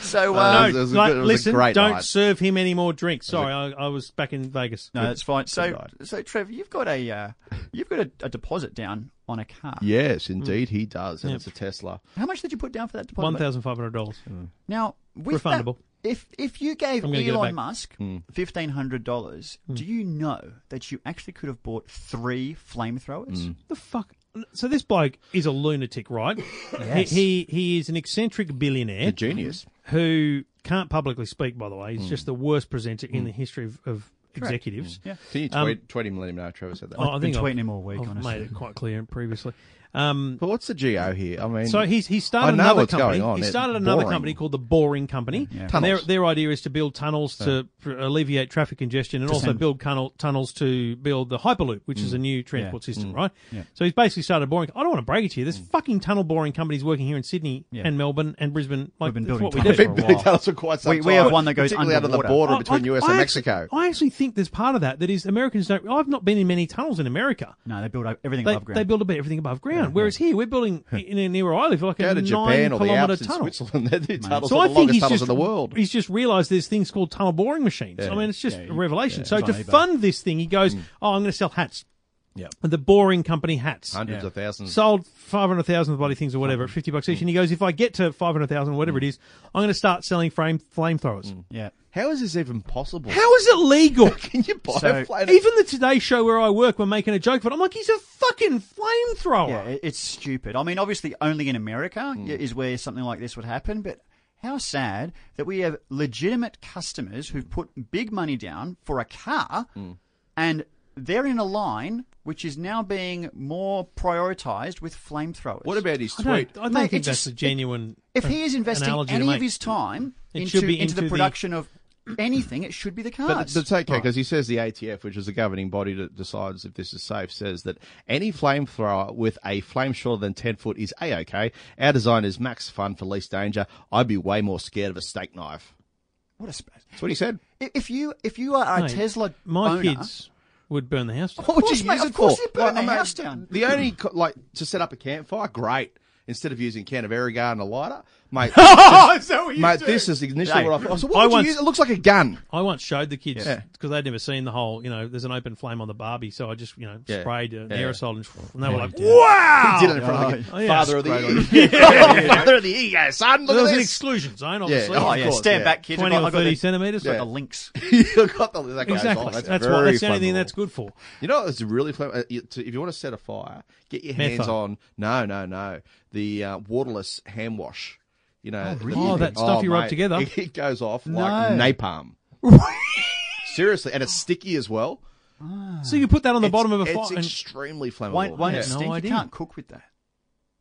[laughs] so, uh, Uh, No, it was a like, good- it was a listen, great don't night. serve him any more drinks. Sorry, I I was back in Vegas. no, that's fine. So, night. so Trev, you've got a uh, you've got a, a deposit down on a car. yes, indeed, he does. And it's a Tesla. How much did you put down for that deposit? One thousand five hundred dollars. Mm. Now, with Refundable. That, if if you gave I'm gonna get it back. Hmm. Elon Musk fifteen hundred dollars, do you know that you actually could have bought three flamethrowers? The fuck. So this bloke is a lunatic, [laughs] right? he, he he is an eccentric billionaire A genius. Mm-hmm. who can't publicly speak. By the way, Mm. he's just the worst presenter in the history of, of executives. Yeah. Can you Um, tweet, tweet him and let him know Trevor said that? Oh, I I've think been I've- tweeting him all week, I've honestly. made it quite clear previously. Um, but what's the geo here? I mean, So he's I he started know another what's company. going on. He It's started another boring. company called the Boring Company. And their Tunnels. their idea is to build tunnels to pr- alleviate traffic congestion and also send- build tunnel, tunnels to build the Hyperloop, which Mm. is a new transport system, right? So he's basically started boring. I don't want to brag it to you. There's Mm. fucking tunnel boring companies working here in Sydney Yeah. and Melbourne and Brisbane. Like We've been that's building what we do. tunnels for a [laughs] Big while. tunnels for quite some We- we have time, one that goes particularly out of the underwater. border between US and Mexico. Actually, I actually think there's part of that that is Americans don't. I've not been in many tunnels in America. Mm, No, they build up everything They, above ground. they build a bit everything above ground, whereas here we're building in, in near where I live like Go a to nine Japan or the kilometer Alps in tunnel. Switzerland. [laughs] They're the tunnels So are I the think longest he's tunnels just in the world. He's just realised there's things called tunnel boring machines. I mean, it's just a revelation. so it's to on eBay. fund this thing, he goes, "Oh, I'm going to sell hats." Mm. Yeah. And the boring company [laughs] hats. Hundreds of thousands. Sold 500,000 of the bloody things or whatever at 50 bucks Mm. each. And he goes, if I get to 500,000, whatever it is, I'm going to start selling frame flamethrowers. yeah. How is this even possible? [laughs] How is it legal? Mm. can you buy So- a plane? Even the Today Show where I work were making a joke for it. I'm like, he's a fucking flamethrower. Yeah, it, it's stupid. I mean, obviously, only in America y- Hmm. is where something like this would happen, but how sad that we have legitimate customers who've put big money down for a car Hmm. and they're in a line which is now being more prioritized with flamethrowers. What about his I don't, tweet? I don't Mate, think it's that's just- a genuine. if uh, he is investing analogy to any make. of his time It into, should be into, the into the- production [clears throat] of anything, it should be the cars. But th- that's okay because he says the ATF, which is the governing body that decides if this is safe, says that any flamethrower with a flame shorter than 10 foot is A OK. Our design is max fun for least danger. I'd be way more scared of a steak knife. what a sp- That's what he said. if- if you if you are a Mate, Tesla My owner, kids would burn the house down. What would course, you mate, use of it course for? you'd burn the I mean, house down. The only, co- like, to set up a campfire, great. Instead of using a can of Airguard and a lighter, [laughs] mate. mate, this is initially Hey, what I thought. I said, I what would once- you use? It looks like a gun. I once showed the kids Yeah. because they'd never seen the whole, you know, there's an open flame on the Barbie, so I just, you know, Yeah. sprayed an Yeah. aerosol and, and they were like, He did it in front of like, Oh, yeah. father of the year. [laughs] Father of the year, son. Look there at was [laughs] an this. exclusion zone, obviously. Oh, Oh Of yeah, course, stand yeah. back, kids. 20 I've got- or I've got 30 the- centimetres. got Yeah. the links. you got the that goes Exactly. on. That's, That's, what, very that's the only thing flammable. that's good for. You know, it's really flammable. Uh, you- to- If you want to set a fire, get your hands Methyl. on. No, no, no. The uh, waterless hand wash. You know, the- really? Oh, that stuff you rub mate, together? It, [laughs] it goes off like [laughs] napalm. Seriously, and it's sticky as well. So you put that on the bottom of a it's, fire. It's And, extremely flammable. Won't, won't Yeah. it stink? No you idea. can't cook with that.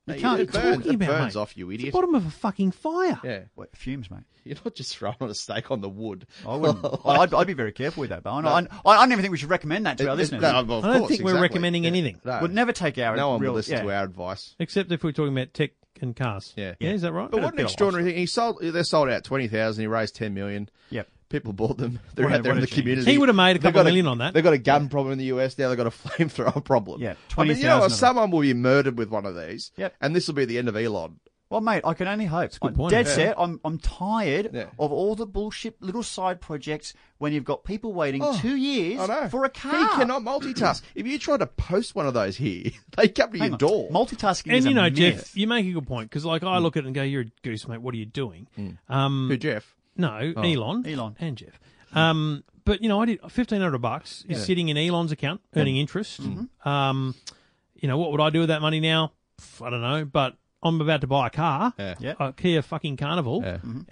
No, you can't- it burns, talking it about, burns mate? off you, it's the idiot. bottom of a fucking fire. Yeah, What, fumes, mate. you're not just throwing on a steak on the wood. [laughs] I wouldn't. I- I'd, I'd be very careful with that, but I, I, I don't even think we should recommend that to our listeners. no, well, of I don't course, think we're exactly. recommending anything. No. We'd never take our no one real, will listen yeah. to our advice. Except if we're talking about tech and cars. Yeah. Yeah, is that right? But Yeah. what an extraordinary thing! He sold. They sold out twenty thousand. He raised ten million. Yep. People bought them. [laughs] They're What a- out there what in a the genius. community. He would have made a They've couple got million on that. They've got a gun problem in the US now. They've got a [laughs] flamethrower problem. Yeah, I mean, you know, 20,000 what? of them. someone will be murdered with one of these. Yep. And this will be the end of Elon. Well, mate, I can only hope. good I'm point, dead yeah. set. I'm, I'm tired Yeah. of all the bullshit little side projects when you've got people waiting Oh, two years I know. for a car. He cannot [clears throat] multitask. if you try to post one of those here, [laughs] they come to Hang your on. door. Multitasking And is you a know, myth. Jeff, you make a good point because, like, I Hmm. look at it and go, "You're a goose, mate. What are you doing?" Um, Who, Jeff? No, Elon. Oh. Elon. And Jeff. Um, but, you know, I did 1500 bucks Mm-hmm. is sitting in Elon's account, earning interest. Um, you know, what would I do with that money now? pff, I don't know, but I'm about to buy a car, Yeah. Yeah. a Kia fucking Carnival,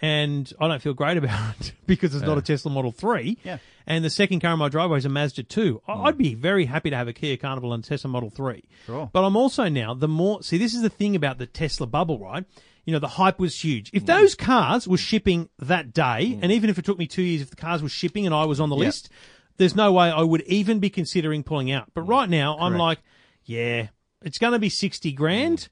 and I don't feel great about [laughs] it because it's not a Tesla Model 3. Yeah. Mm. And the second car in my driveway is a Mazda 2. I I'd be very happy to have a Kia Carnival and Tesla Model 3. Sure. But I'm also now, the more, see, this is the thing about the Tesla bubble, right? You know, the hype was huge. Mm. If those cars were shipping that day, and even if it took me two years, if the cars were shipping and I was on the list, there's no way I would even be considering pulling out. Mm. But right now, I'm like, yeah, it's going to be 60 grand.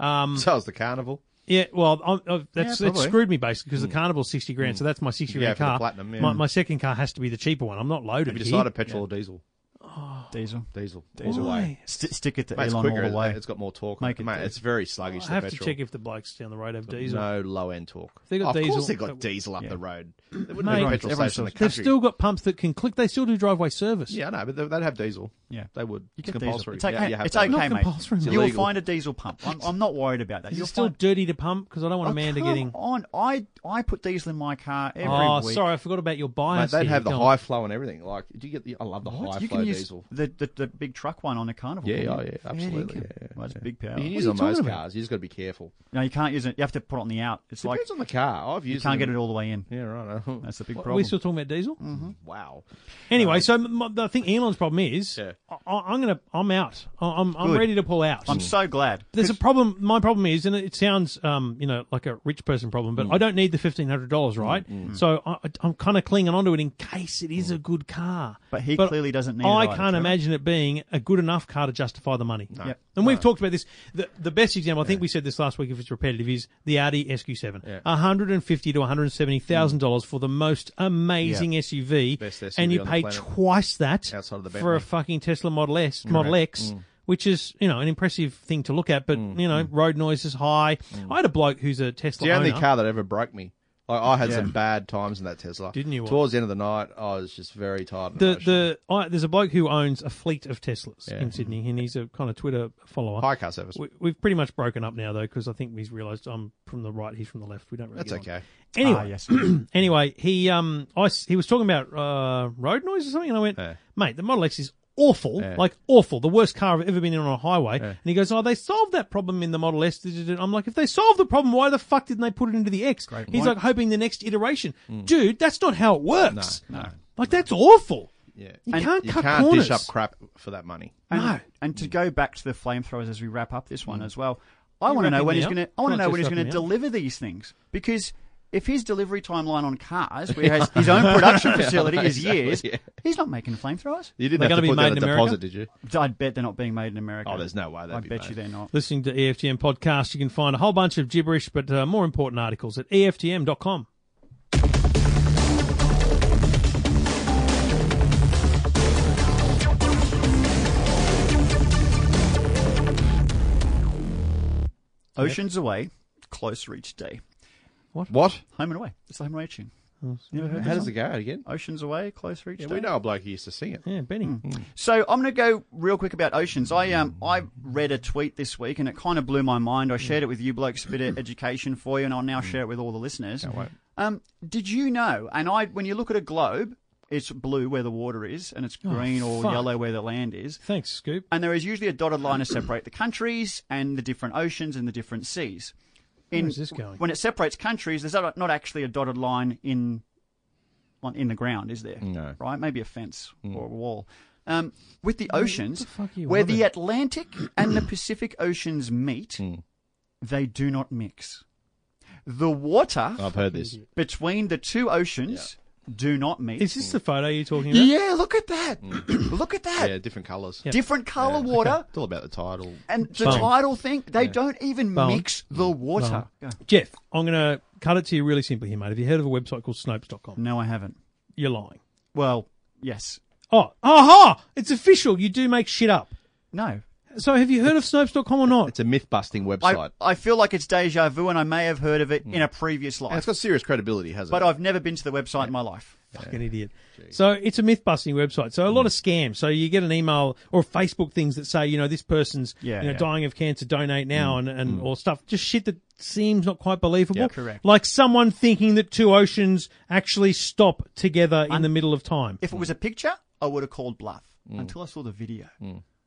Mm. Mm. So is the carnival. Yeah, well, I'm, i that's it probably. screwed me basically because the carnival's sixty grand, so that's my sixty Mm. Yeah, grand for the car. platinum, yeah. My, my second car has to be the cheaper one. I'm not loaded. Have you here. decided petrol or diesel? Diesel. Diesel. Why? St- stick it to Mate, it's Elon quicker. all the way. It's got more torque. Make it Mate, do. it's very sluggish. I the have petrol. to check if the blokes down the road have diesel. No low end torque. They got Oh, of diesel- course they got diesel up Yeah. the road. There wouldn't Mate, be petrol everyone stations in the They've country. still got pumps that can click. They still do driveway service. yeah, no, but they- they'd have diesel. Yeah. they would. You It's get diesel. compulsory. It's okay, Yeah, you have it's to. okay Not mate. compulsory. It's You'll illegal. find a diesel pump. I'm, I'm not worried about that. Is You'll it still find, dirty to pump? Because I don't want Oh, Amanda come getting. on. I I put diesel in my car every oh, week. sorry, I forgot about your Mate, bias. they'd here. have the Go on. high flow and everything. Like, do you get the? I love the What? Oh, high you flow can use diesel. The, the the big truck one on a carnival. Yeah, can't you? oh, yeah, absolutely. you can. Yeah, yeah, well, that's yeah. big power. You can use are it on you most talking about? cars. You just got to be careful. No, you can't use it. You have to put it on the out. It's like Depends on the car. I've you used. can't get it all the way in. Yeah, right. Mm-hmm. That's the big Are problem. Mm. we still talking about diesel? wow. Anyway, so my, the thing Elon's problem is, Yeah. I, I'm gonna, I'm out. I- I'm, I'm Good. ready to pull out. I'm Mm. so glad. There's a problem. My problem is, and it sounds, um, you know, like a rich person problem, Mm. but I don't need the fifteen hundred dollars, right? So I, I'm kind of clinging onto it in case it is a good car. Mm. But he clearly doesn't need it I either, can't Trevor. imagine it being a good enough car to justify the money. Yep. And we've talked about this. The, the best example, I think we said this last week, if it's repetitive, is the Audi SQ7. hundred and fifty to one hundred and seventy thousand dollars for the most amazing SUV, Mm. Best SUV and you on the pay planet. twice that Outside of the Mm. for a Bentley. fucking Tesla Model S, Model X, which is you know an impressive thing to look at, but Mm. you know road noise is high. I had a bloke who's a Tesla the only owner. car that ever broke me. Like, I had Yeah. some bad times in that Tesla. Didn't you? Towards the end of the night, I was just very tired. and the emotional. the I, there's a bloke who owns a fleet of Teslas in Sydney, and he's a kind of Twitter follower. high car service. We, we've pretty much broken up now though, because I think he's realised I'm from the right, he's from the left. We don't really. That's get on. okay. Anyway, Ah, yes. [clears throat] anyway, he um, I s he was talking about uh, road noise or something, and I went, Yeah. mate, the Model X is awful, like awful, the worst car I've ever been in on a highway. And he goes, oh, they solved that problem in the Model S. I'm like, if they solved the problem, why the fuck didn't they put it into the X? He's point. like hoping the next iteration, Mm. dude. That's not how it works. No, like that's awful. Yeah. You And can't You cut can't corners. dish up crap for that money. And, No. and to go back to the flamethrowers as we wrap up this Mm. one as well, I You want to know wrapping when me he's up? going to. I want to Can't know just when he's wrap going me to up. deliver these things because if his delivery timeline on cars, where he [laughs] has his own production facility, is exactly, years, yeah. he's not making flamethrowers. You didn't They're have gonna to be put made down a in America? deposit, did you? I'd bet they're not being made in America. Oh, there's no way they'd I be bet made. you they're not. Listening to E EFTM podcast, you can find a whole bunch of gibberish, but uh, more important articles at E EFTM.com. Oceans away, close reach day. What? Home and away. It's the home and away tune. You never heard How that does song? it go again? Oceans away, close reach Yeah, day. we know a bloke who used to sing it. Yeah, Benny. Hmm. Hmm. So I'm going to go real quick about oceans. I um I read a tweet this week and it kind of blew my mind. I shared it with you blokes, a bit of education for you, and I'll now share it with all the listeners. Um, did you know? And I, when you look at a globe, it's blue where the water is, and it's Oh, green or fuck. yellow where the land is. Thanks, Scoop. And there is usually a dotted line to separate the countries and the different oceans and the different seas. In, is this going? When it separates countries, there's not not actually a dotted line in on, in the ground, is there? No. Hmm. Right? Maybe a fence or a wall. Um, with the oceans, fuck are you where on the about? Atlantic [coughs] and the Pacific oceans meet, Hmm. they do not mix. The water I've heard this. between the two oceans do not meet. Is this the photo you're talking about? yeah, look at that. [coughs] look at that. Hmm. Yeah, different colours. Different color water. It's all about the title. And the Bone. tidal thing, they don't even Bone. mix the Mm. water. Jeff, I'm going to cut it to you really simply here, mate. Have you heard of a website called Snopes.com? No, I haven't. You're lying. Well, yes. Oh, aha! It's official. You do make shit up. No. So have you heard of Snopes.com or not? It's a myth busting I, website. I feel like it's deja vu and I may have heard of it Mm. in a previous And life, it's got serious credibility, hasn't but it? I've never been to the website in my life. Fucking idiot. So it's a myth busting website. So a lot of scams. So you get an email or Facebook things that say, you know, this person's Yeah, you know, yeah. Mm. dying of cancer, donate now and, and or stuff. Just shit that seems not quite believable. Yeah. Correct. Like someone thinking that two oceans actually stop together in the middle of time. Mm. If it was a picture, I would have called bluff until I saw the video.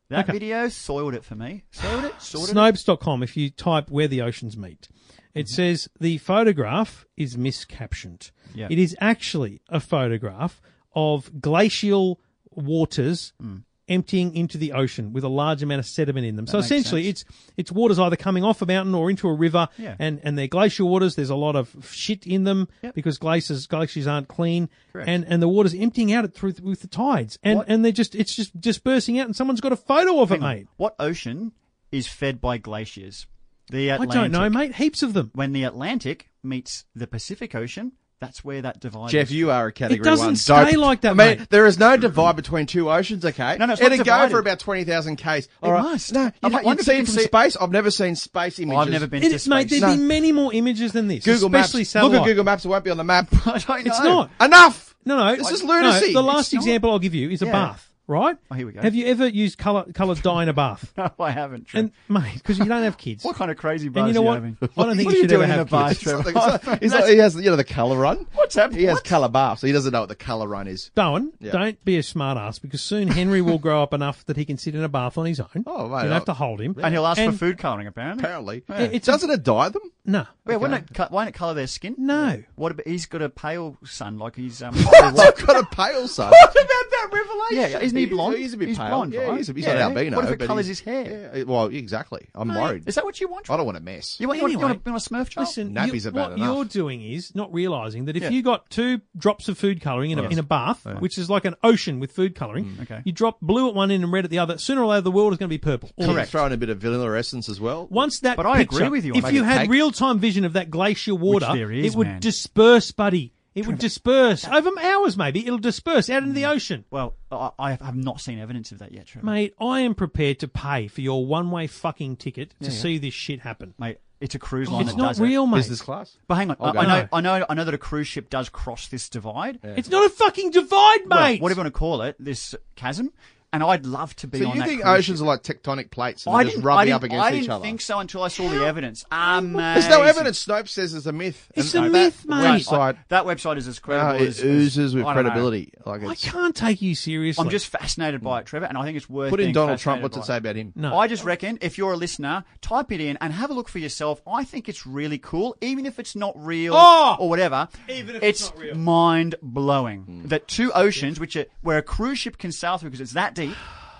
That video soiled it for me. Soiled it. Soiled it. Snopes.com, if you type where the oceans meet, it Mm-hmm. says the photograph is miscaptioned. Yeah. It is actually a photograph of glacial waters Mm. emptying into the ocean with a large amount of sediment in them. so makes essentially, sense. it's it's waters either coming off a mountain or into a river, Yeah. and and they're glacial waters. There's a lot of shit in them Yep. because glaciers glaciers aren't clean, Correct. and and the water's emptying out through with the tides, and What- and they're just it's just dispersing out, and someone's got a photo of it, Hang on. mate. What ocean is fed by glaciers? The I Atlantic. don't know, mate. Heaps of them. When the Atlantic meets the Pacific Ocean, that's where that divide. Jeff, is. you are a category doesn't one. stay dope. like that, I mean, mate. there is no divide between two oceans. Okay, No, no, it's not it'd go divided. for about twenty thousand k's. All It right, must. no, I you don't- wonder you'd if see you it can from see it- space. I've never seen space images. I've never been It to is, mate. space. There'd be many more images than this, Google especially Maps. satellite. Look at Google Maps. It won't be on the map. [laughs] I don't know. It's not. Enough. No, no, This I- is lunacy. No, the last not. example I'll give you is a Yeah. bath, right? Oh, here we go. Have you ever used color colored dye in a bath? [laughs] No, I haven't. Trevor. and mate, because you don't have kids. what kind of crazy buzz and you know are what? having? I don't think What you are should ever doing in have a bath, [laughs] kids. Trevor? Like, [laughs] it's not- he's not- he has, you know, the color run. What's happening? He has What? color bar, so he doesn't know what the color run is. Darwin, Yeah. don't be a smart ass because soon Henry will grow up enough that he can sit in a bath on his own. Oh, mate, You don't I- have to hold him. And he'll ask for food colouring, apparently. Apparently, It's doesn't it dye them? No. Wait, wouldn't it, co- why not colour their skin? No. What about, he's got a pale son, like [laughs] he's um. I've got a pale son. about that revelation? yeah, yeah, isn't he blonde? Oh, He's a bit he's pale. Blonde, yeah, right? he's, a, he's Yeah. not albino. What if but it colours he's- his hair? Yeah, well, exactly. I'm worried. Is that what you want? I don't want to mess. You want, you, Anyway. want, you, want a, you want a Smurf child? Listen, nappies you- are bad what enough. you're doing is not realizing that if Yeah. you got two drops of food coloring in, a, in a bath, which is like an ocean with food coloring, Mm, okay. you drop blue at one end and red at the other. Sooner or later, the world is going to be purple. Can you throw in a bit of vanilla essence as well. Once that, But I agree picture- with you on If making you a had cake. real time vision of that glacial water, there is, it would man. disperse, buddy. It would disperse over hours, maybe. It'll disperse out Mm. into the ocean. Well, I, I have not seen evidence of that yet, Trevor. Mate, Mate, I am prepared to pay for your one way fucking ticket to see this shit happen. it's a cruise line it's that not does real, it. mate. business class. But hang on, I, Okay. I know, I know, I know that a cruise ship does cross this divide. It's not a fucking divide, Well, mate. whatever you want to call it, this chasm. And I'd love to be So on you that think cruise oceans ship. are like tectonic plates and I they're just didn't, rubbing I didn't, up against I didn't each other? think so until I saw the evidence. Amazing. There's no evidence. Snopes says there's a myth. It's And a that myth, mate. Website. That website is as credible Uh, as it oozes with I don't know. credibility. Like I it's, can't take you seriously. I'm just fascinated by it, Trevor, and I think it's worth put in being Donald Trump. fascinated What's it by say about him? No. I just reckon if you're a listener, type it in and have a look for yourself. I think it's really cool, even if it's not real Oh! or whatever. Even if it's, it's not real. mind blowing Hmm. that two oceans, which are, where a cruise ship can sail through because it's that deep,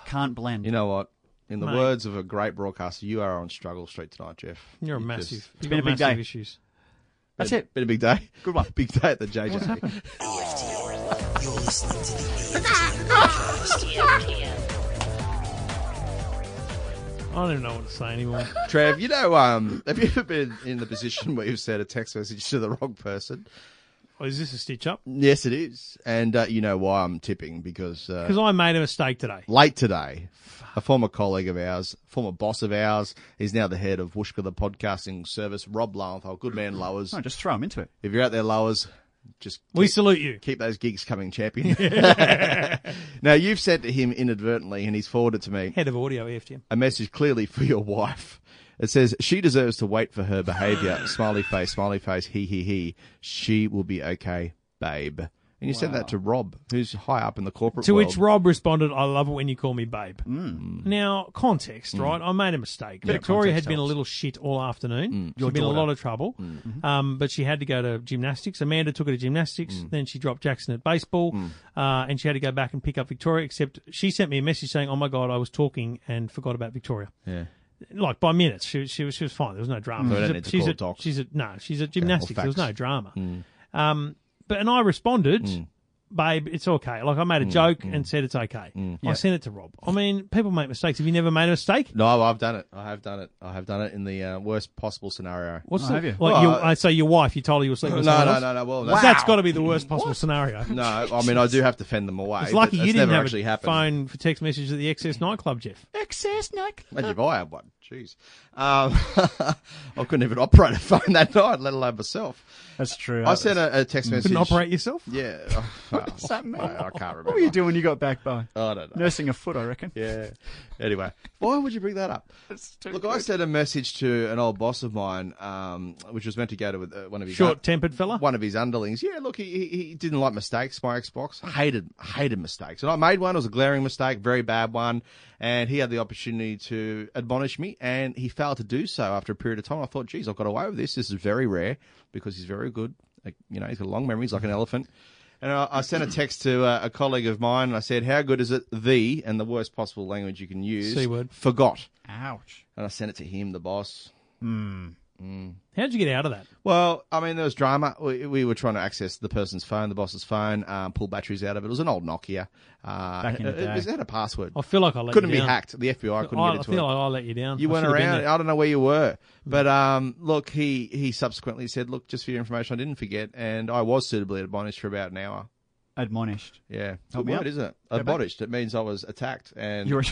can't blend. You know what? In the Mate. words of a great broadcaster, you are on struggle street tonight, Jeff. You're a You massive. just- You've got been a big massive day. issues. That's been- it. Been a big day. Good one. [laughs] big day at the JJ. EFTM. You're listening to the E I don't even know what to say [laughs] anymore. Trev, you know, um, have you ever been in the position where you've sent a text message to the wrong person? oh, is this a stitch up? Yes, it is, and uh, you know why I'm tipping because uh, Because I made a mistake today. late today, a former colleague of ours, former boss of ours, he's now the head of Wooshka, the podcasting service, Rob Lowenthal. Good man, Lowers. No, just throw them into it. If you're out there, Lowers, just We keep, salute you. keep those gigs coming, [laughs] champion. [laughs] now, you've sent to him inadvertently, and he's forwarded to me Head of audio, E EFTM. a message clearly for your wife. It says, she deserves to wait for her behavior. [laughs] smiley face, smiley face, he, he, he. She will be okay, babe. And you sent that to Rob, who's high up in the corporate To world. Mm. which Rob responded, I love it when you call me babe. Mm. Now, context, right? I made a mistake. Victoria had context been a helps. little shit all Mm. afternoon. She'd been in a daughter. lot of trouble. Mm-hmm. Um, but she had to go to gymnastics. Amanda took her to gymnastics. Mm. Then she dropped Jackson at baseball. Uh, and she had to go back and pick up Victoria, except she sent me a message saying, Oh my God, I was talking and forgot about Victoria. Yeah. Mm. Like by minutes, she was she was she was fine. There was no So drama. we She's don't a- need to she's call a, docs. she's a no. She's at gymnastics. there was fax. no drama. Hmm. Um, but and I responded, babe, it's okay. Like I made Hmm. a joke and said it's okay. I sent it to Rob. I mean, people make mistakes. Have you never made a mistake? No, I've done it. I have done it. I have done it in the uh, worst possible scenario. What's the, Oh, have you? like? Well, your, I- I say your wife. You told her you were sleeping No, with someone no, else? no, no. Well, That's- that's, That's got to be the worst possible scenario. no. I mean, I do have to fend them away. It's but lucky that's you didn't never have actually a happened. phone for text message at the XS nightclub, Jeff. Excess nightclub. Imagine if I had one. Jeez, um, [laughs] I couldn't even operate a phone that night, let alone myself. That's true. I sent a, a text message. [laughs] Couldn't operate yourself. Yeah, Oh, What does that mean? I can't remember. What were you doing when you got back by? I don't know. Nursing a foot, I reckon. Yeah. Anyway, why would you bring that up? Look, I sent a message to an old boss of mine, um, which was meant to go to uh, one of his Short-tempered fella? one of his underlings. Yeah, look, he, he- he didn't like mistakes. My Xbox hated hated mistakes, and I made one. It was a glaring mistake, very bad one, and he had the opportunity to admonish me, and he failed to do so after a period of time. I thought, geez, I've got away with this. This is very rare because he's very good. Like, you know, he's got long memories, like an elephant. And I, I sent a text to uh, a colleague of mine, and I said, "How good is it? The and the worst possible language you can use. C word. Forgot." Ouch. And I sent it to him, the boss. How'd you get out of that? Well, I mean, there was drama. We, we were trying to access the person's phone, the boss's phone, um, pull batteries out of it. It was an old Nokia. Uh, Back in the it, it day. was- it had a password. I feel like I let couldn't you be down. hacked. The FBI couldn't I, get I into feel it. like I let you down. You I weren't should've been around. there. I don't know where you were. But um, look, he, he subsequently said, "Look, just for your information, I didn't forget, and I was suitably admonished for about an hour." Admonished. Yeah, it's Help a me word, out. isn't it? back. Admonished. It means I was attacked, and [laughs] You were-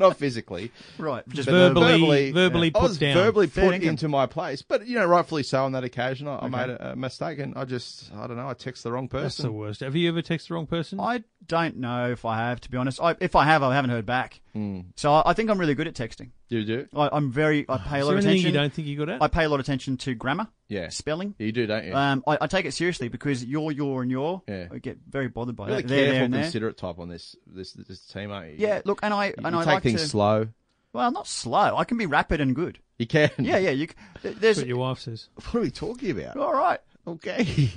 not physically. [laughs] Right. Just But verbally- verbally I put was down. verbally Fair put dinkum. into my place. But you know, rightfully so. On that occasion, I, I made a, a mistake, and I just I don't know. I text the wrong That's the person. worst. Have you ever texted the wrong person? I don't know if I have, to be honest. I, if I have, I haven't heard back. Hmm. So I, I think I'm really good at texting. you do, I, I'm very. I pay a Is lot there of anything attention. you don't think you got at? I pay a lot of attention to grammar. Yeah. Spelling. you do, don't you? Um, I, I take it seriously because your, your, and your. Yeah. I get very bothered by really that. There, there, careful, and there. considerate type on this this this team, aren't you? Yeah. Look, and I you, and you I take like things to. slow. well, not slow. I can be rapid and good. You can. Yeah, yeah. You. c- There's. That's what your wife says. [laughs] What are we talking about? All right. Okay.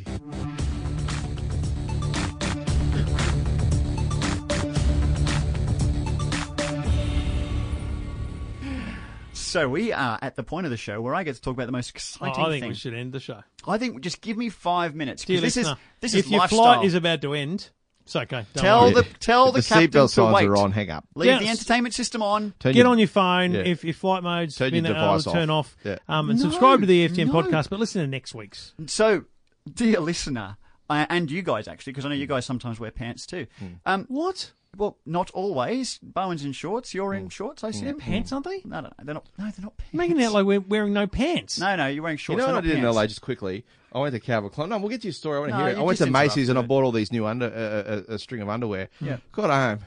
So we are at the point of the show where I get to talk about the most Oh, I, exciting I think thing. we should end the show. I think just give me five minutes. 'cause Dear this is listener, this if is your lifestyle. flight is about to end, it's okay. Don't tell worry. the tell If the, the captain to seatbelt signs wait. are on. Hang up. Leave the Yes. entertainment system on. Turn Get on your phone Yeah. if your flight mode's Turn your been device uh, turn off. off, Yeah. um, and No, subscribe to the EFTM no. podcast. But listen to next week's. So, dear listener, uh, and you guys actually, because I know you guys sometimes wear pants too. Hmm. Um, What well, not always. Bowen's in shorts. You're Hmm. in shorts. I see them. pants aren't they? No, no, no, they're not. No, they're not pants. Making it out like we're wearing no pants. no, no, you're wearing You shorts. know what I did they're in not LA pants. just quickly? I went to Calvin Klein. No, we'll get to your story. I want to No, hear it. you I went just to Macy's and I interrupted it. bought all these new under uh, uh, uh, a string of underwear. Yeah. Got home,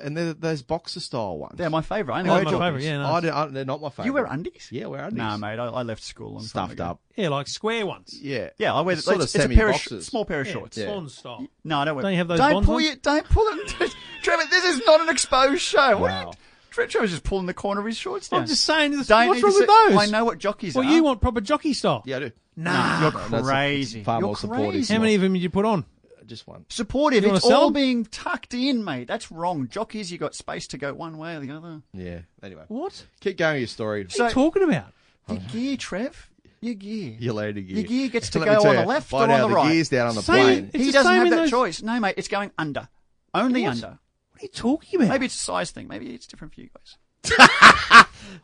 and they're those boxer style ones. They're my favourite. I Oh, know my you- favourite, yeah, no. I don't- I- they're not my favorite. You wear undies? Yeah, I wear undies. Nah, mate. I, I left school. a long time Stuffed ago. up. Yeah, like square ones. Yeah. Yeah, I wear It's it's, sort it's, of a pair of semi-boxers. sh- small pair of Yeah, shorts. swan style. No, I don't. Wear. Don't you have those Don't Bond pull ones? you. Don't pull them, [laughs] Trevor. This is not an exposed show. What are you? Wow. Tre- Trevor's just pulling the corner of his shorts down. I'm just saying. This, Don't what's need to wrong with say- those? I know what jockeys Well, are. you want proper jockey style. Yeah, I do. Uh, Nah. You're No, that's- crazy. it's far You're more supportive. crazy. How many of them did you put on? Just one. Supportive. You wanna It's sell all them? being tucked in, mate. That's wrong. Jockeys, you got space to go one way or the other. Yeah. Anyway, What? keep going with your story. What are you talking about? Your gear, Trev. Your gear. Oh. Your later gear. Your gear [laughs] gets to Let go me tell on the you, left or by on now the right. gear's down on the Same- plane. It's he the doesn't same have in that those- choice. No, mate. It's going under. Only What? under. What are you talking about? Maybe it's a size thing. Maybe it's different for you guys.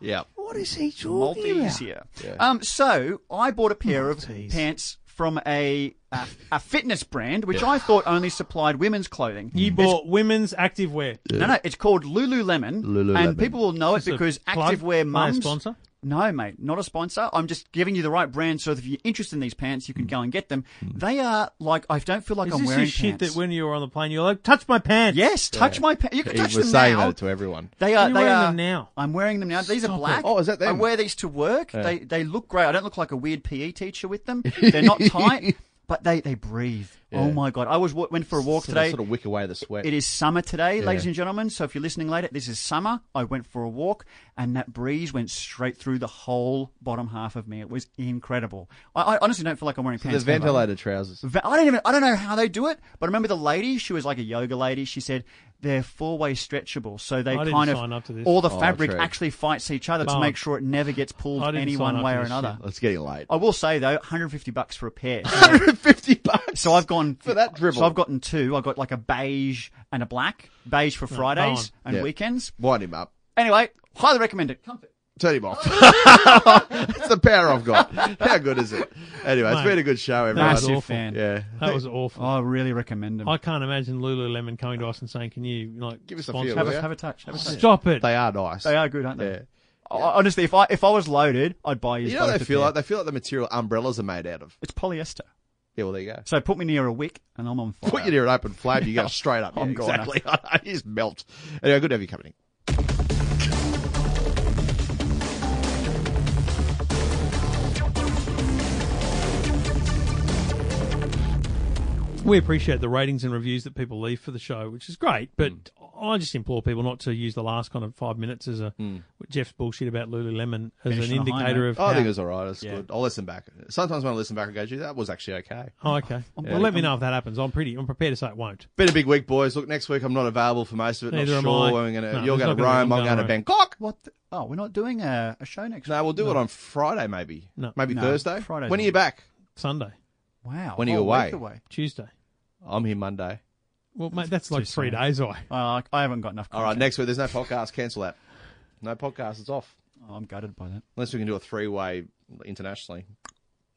Yeah. What is he multi talking about? easier. Um, so I bought a pair of pants from a a, a fitness brand, which I thought only supplied women's clothing. You bought women's active wear. No, no, it's called Lululemon, Lululemon. and people will know it a because plug by a activewear mums. sponsor? No, mate, not a sponsor. I'm just giving you the right brand, so that if you're interested in these pants, Hmm. you can go and get them. They are like I don't feel like Is I'm this wearing the shit pants. that when you were on the plane, you're like, touch my pants? yes, touch my pants. You can He touch was them saying now. that to everyone. They are. You're they wearing are, them now. I'm wearing them now. These are black. Oh, is that them? I wear these to work. They they look great. I don't look like a weird PE teacher [laughs] with them. They're not tight, but they they breathe. Oh my god! I was wa- went for a walk So they today. sort of wick away the sweat. It is summer today, ladies and gentlemen. So if you're listening later, this is summer. I went for a walk, and that breeze went straight through the whole bottom half of me. It was incredible. I, I honestly don't feel like I'm wearing the pants. ever. ventilator trousers. Va- I don't even I don't know how they do it, but I remember the lady, she was like a yoga lady, she said they're four way stretchable, so they I didn't kind sign of up to this. all the Oh, fabric true. actually fights each other to Mum, make sure it never gets pulled I didn't any sign one up way to or this another. It's getting late. I will say though, 150 bucks for [laughs] a pair. 150 bucks. So I've gone For that dribble. So I've gotten two. I got like a beige and a black. Beige for Fridays go and Yeah. weekends. Wind him up. Anyway, highly recommend it. Comfort. Turn [laughs] him off. That's the power I've got. How good is it? Anyway, it's Mate, been a good show, That everyone. was Massive awful. fan. Oh, Yeah. That was awful. I really recommend them. I can't imagine Lululemon coming to us and saying, "Can you like Oh. Give us a sponsor feel, have, will a, ya? have a touch. Have a touch. Oh, Stop it! They are nice. They are good, aren't they? Yeah. I- I- honestly, if I if I was loaded, I'd buy you. You know what they feel like? They feel like the material umbrellas are made out of. It's polyester. Yeah, well, there you go. So put me near a wick and I'm on fire. Put you near an open flame, you go straight [laughs] up. I'm Yeah, gone. exactly. [laughs] you just melt. Anyway, good to have you company. We appreciate the ratings and reviews that people leave for the show, which is great. But Mm. I just implore people not to use the last kind of five minutes as a Jeff's bullshit about Lululemon as Finish an on a high indicator note. of. Oh, Mm. I how- think it was all right. It's Yeah. good. I'll listen back. Sometimes when I listen back, I go, gee, that was actually okay. [laughs] Oh, okay. Well, let me know if that happens. I'm pretty. I'm prepared to say it won't. Been a big week, boys. Look, next week I'm not available for most of it. Neither not am sure I. when we're gonna. No, you're going it's to not gonna be- Rome. I'm I'm going going to to Bangkok. What? The, oh, we're not doing a, a show next No, we'll do it on Friday, maybe. No. Maybe No, Thursday. Friday's when are not- you back? Sunday, week. Wow. When are you whole week away? Tuesday. I'm here Monday. Well, mate, that's like three days. I. Uh, I haven't got enough. All right, content. next week there's no podcast. Cancel that. No podcast. It's off. Oh, I'm gutted by that. Unless we can do a three-way internationally.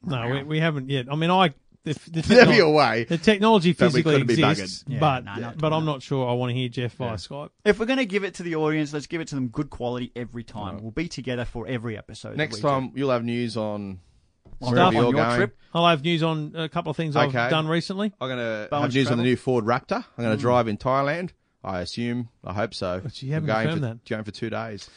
No, we, we haven't yet. I mean, I. The, the [laughs] There'll be techno- a way. The technology But we physically couldn't be exists, buggered. Yeah, but nah, not but doing I'm that. not sure I want to hear Jeff via Skype. If we're going to give it to the audience, let's give it to them good quality every time. We'll be together for every episode. that Next we time you'll have news on do. wherever Stuff you're on your going. trip. I'll have news on a couple of things Okay. I've done recently. I'm going to have Bowen's news on travel. the new Ford Raptor. I'm going to drive in Thailand. I assume. I hope so. But you haven't I'm going for, confirmed that. Going for two days.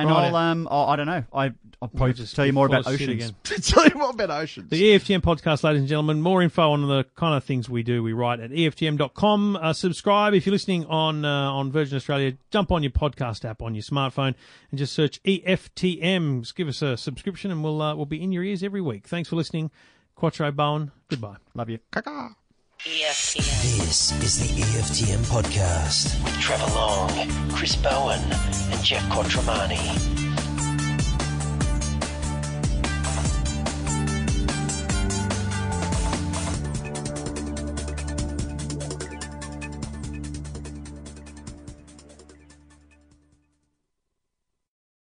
and Right. I'll um, I'll, I don't know. I I'll probably just tell you be more full about of shit oceans. again. Tell you more about oceans. The E EFTM podcast, ladies and gentlemen. More info on the kind of things we do, we write at E EFTM.com. Uh, subscribe. If you're listening on uh, on Virgin Australia, jump on your podcast app on your smartphone and just search E EFTM. Just give us a subscription and we'll, uh, we'll be in your ears every week. Thanks for listening. Quattro Bowen. Goodbye. Love you. Caca. E EFTM This is the E EFTM podcast. with Trevor Long, Chris Bowen, and Jeff Quattromani.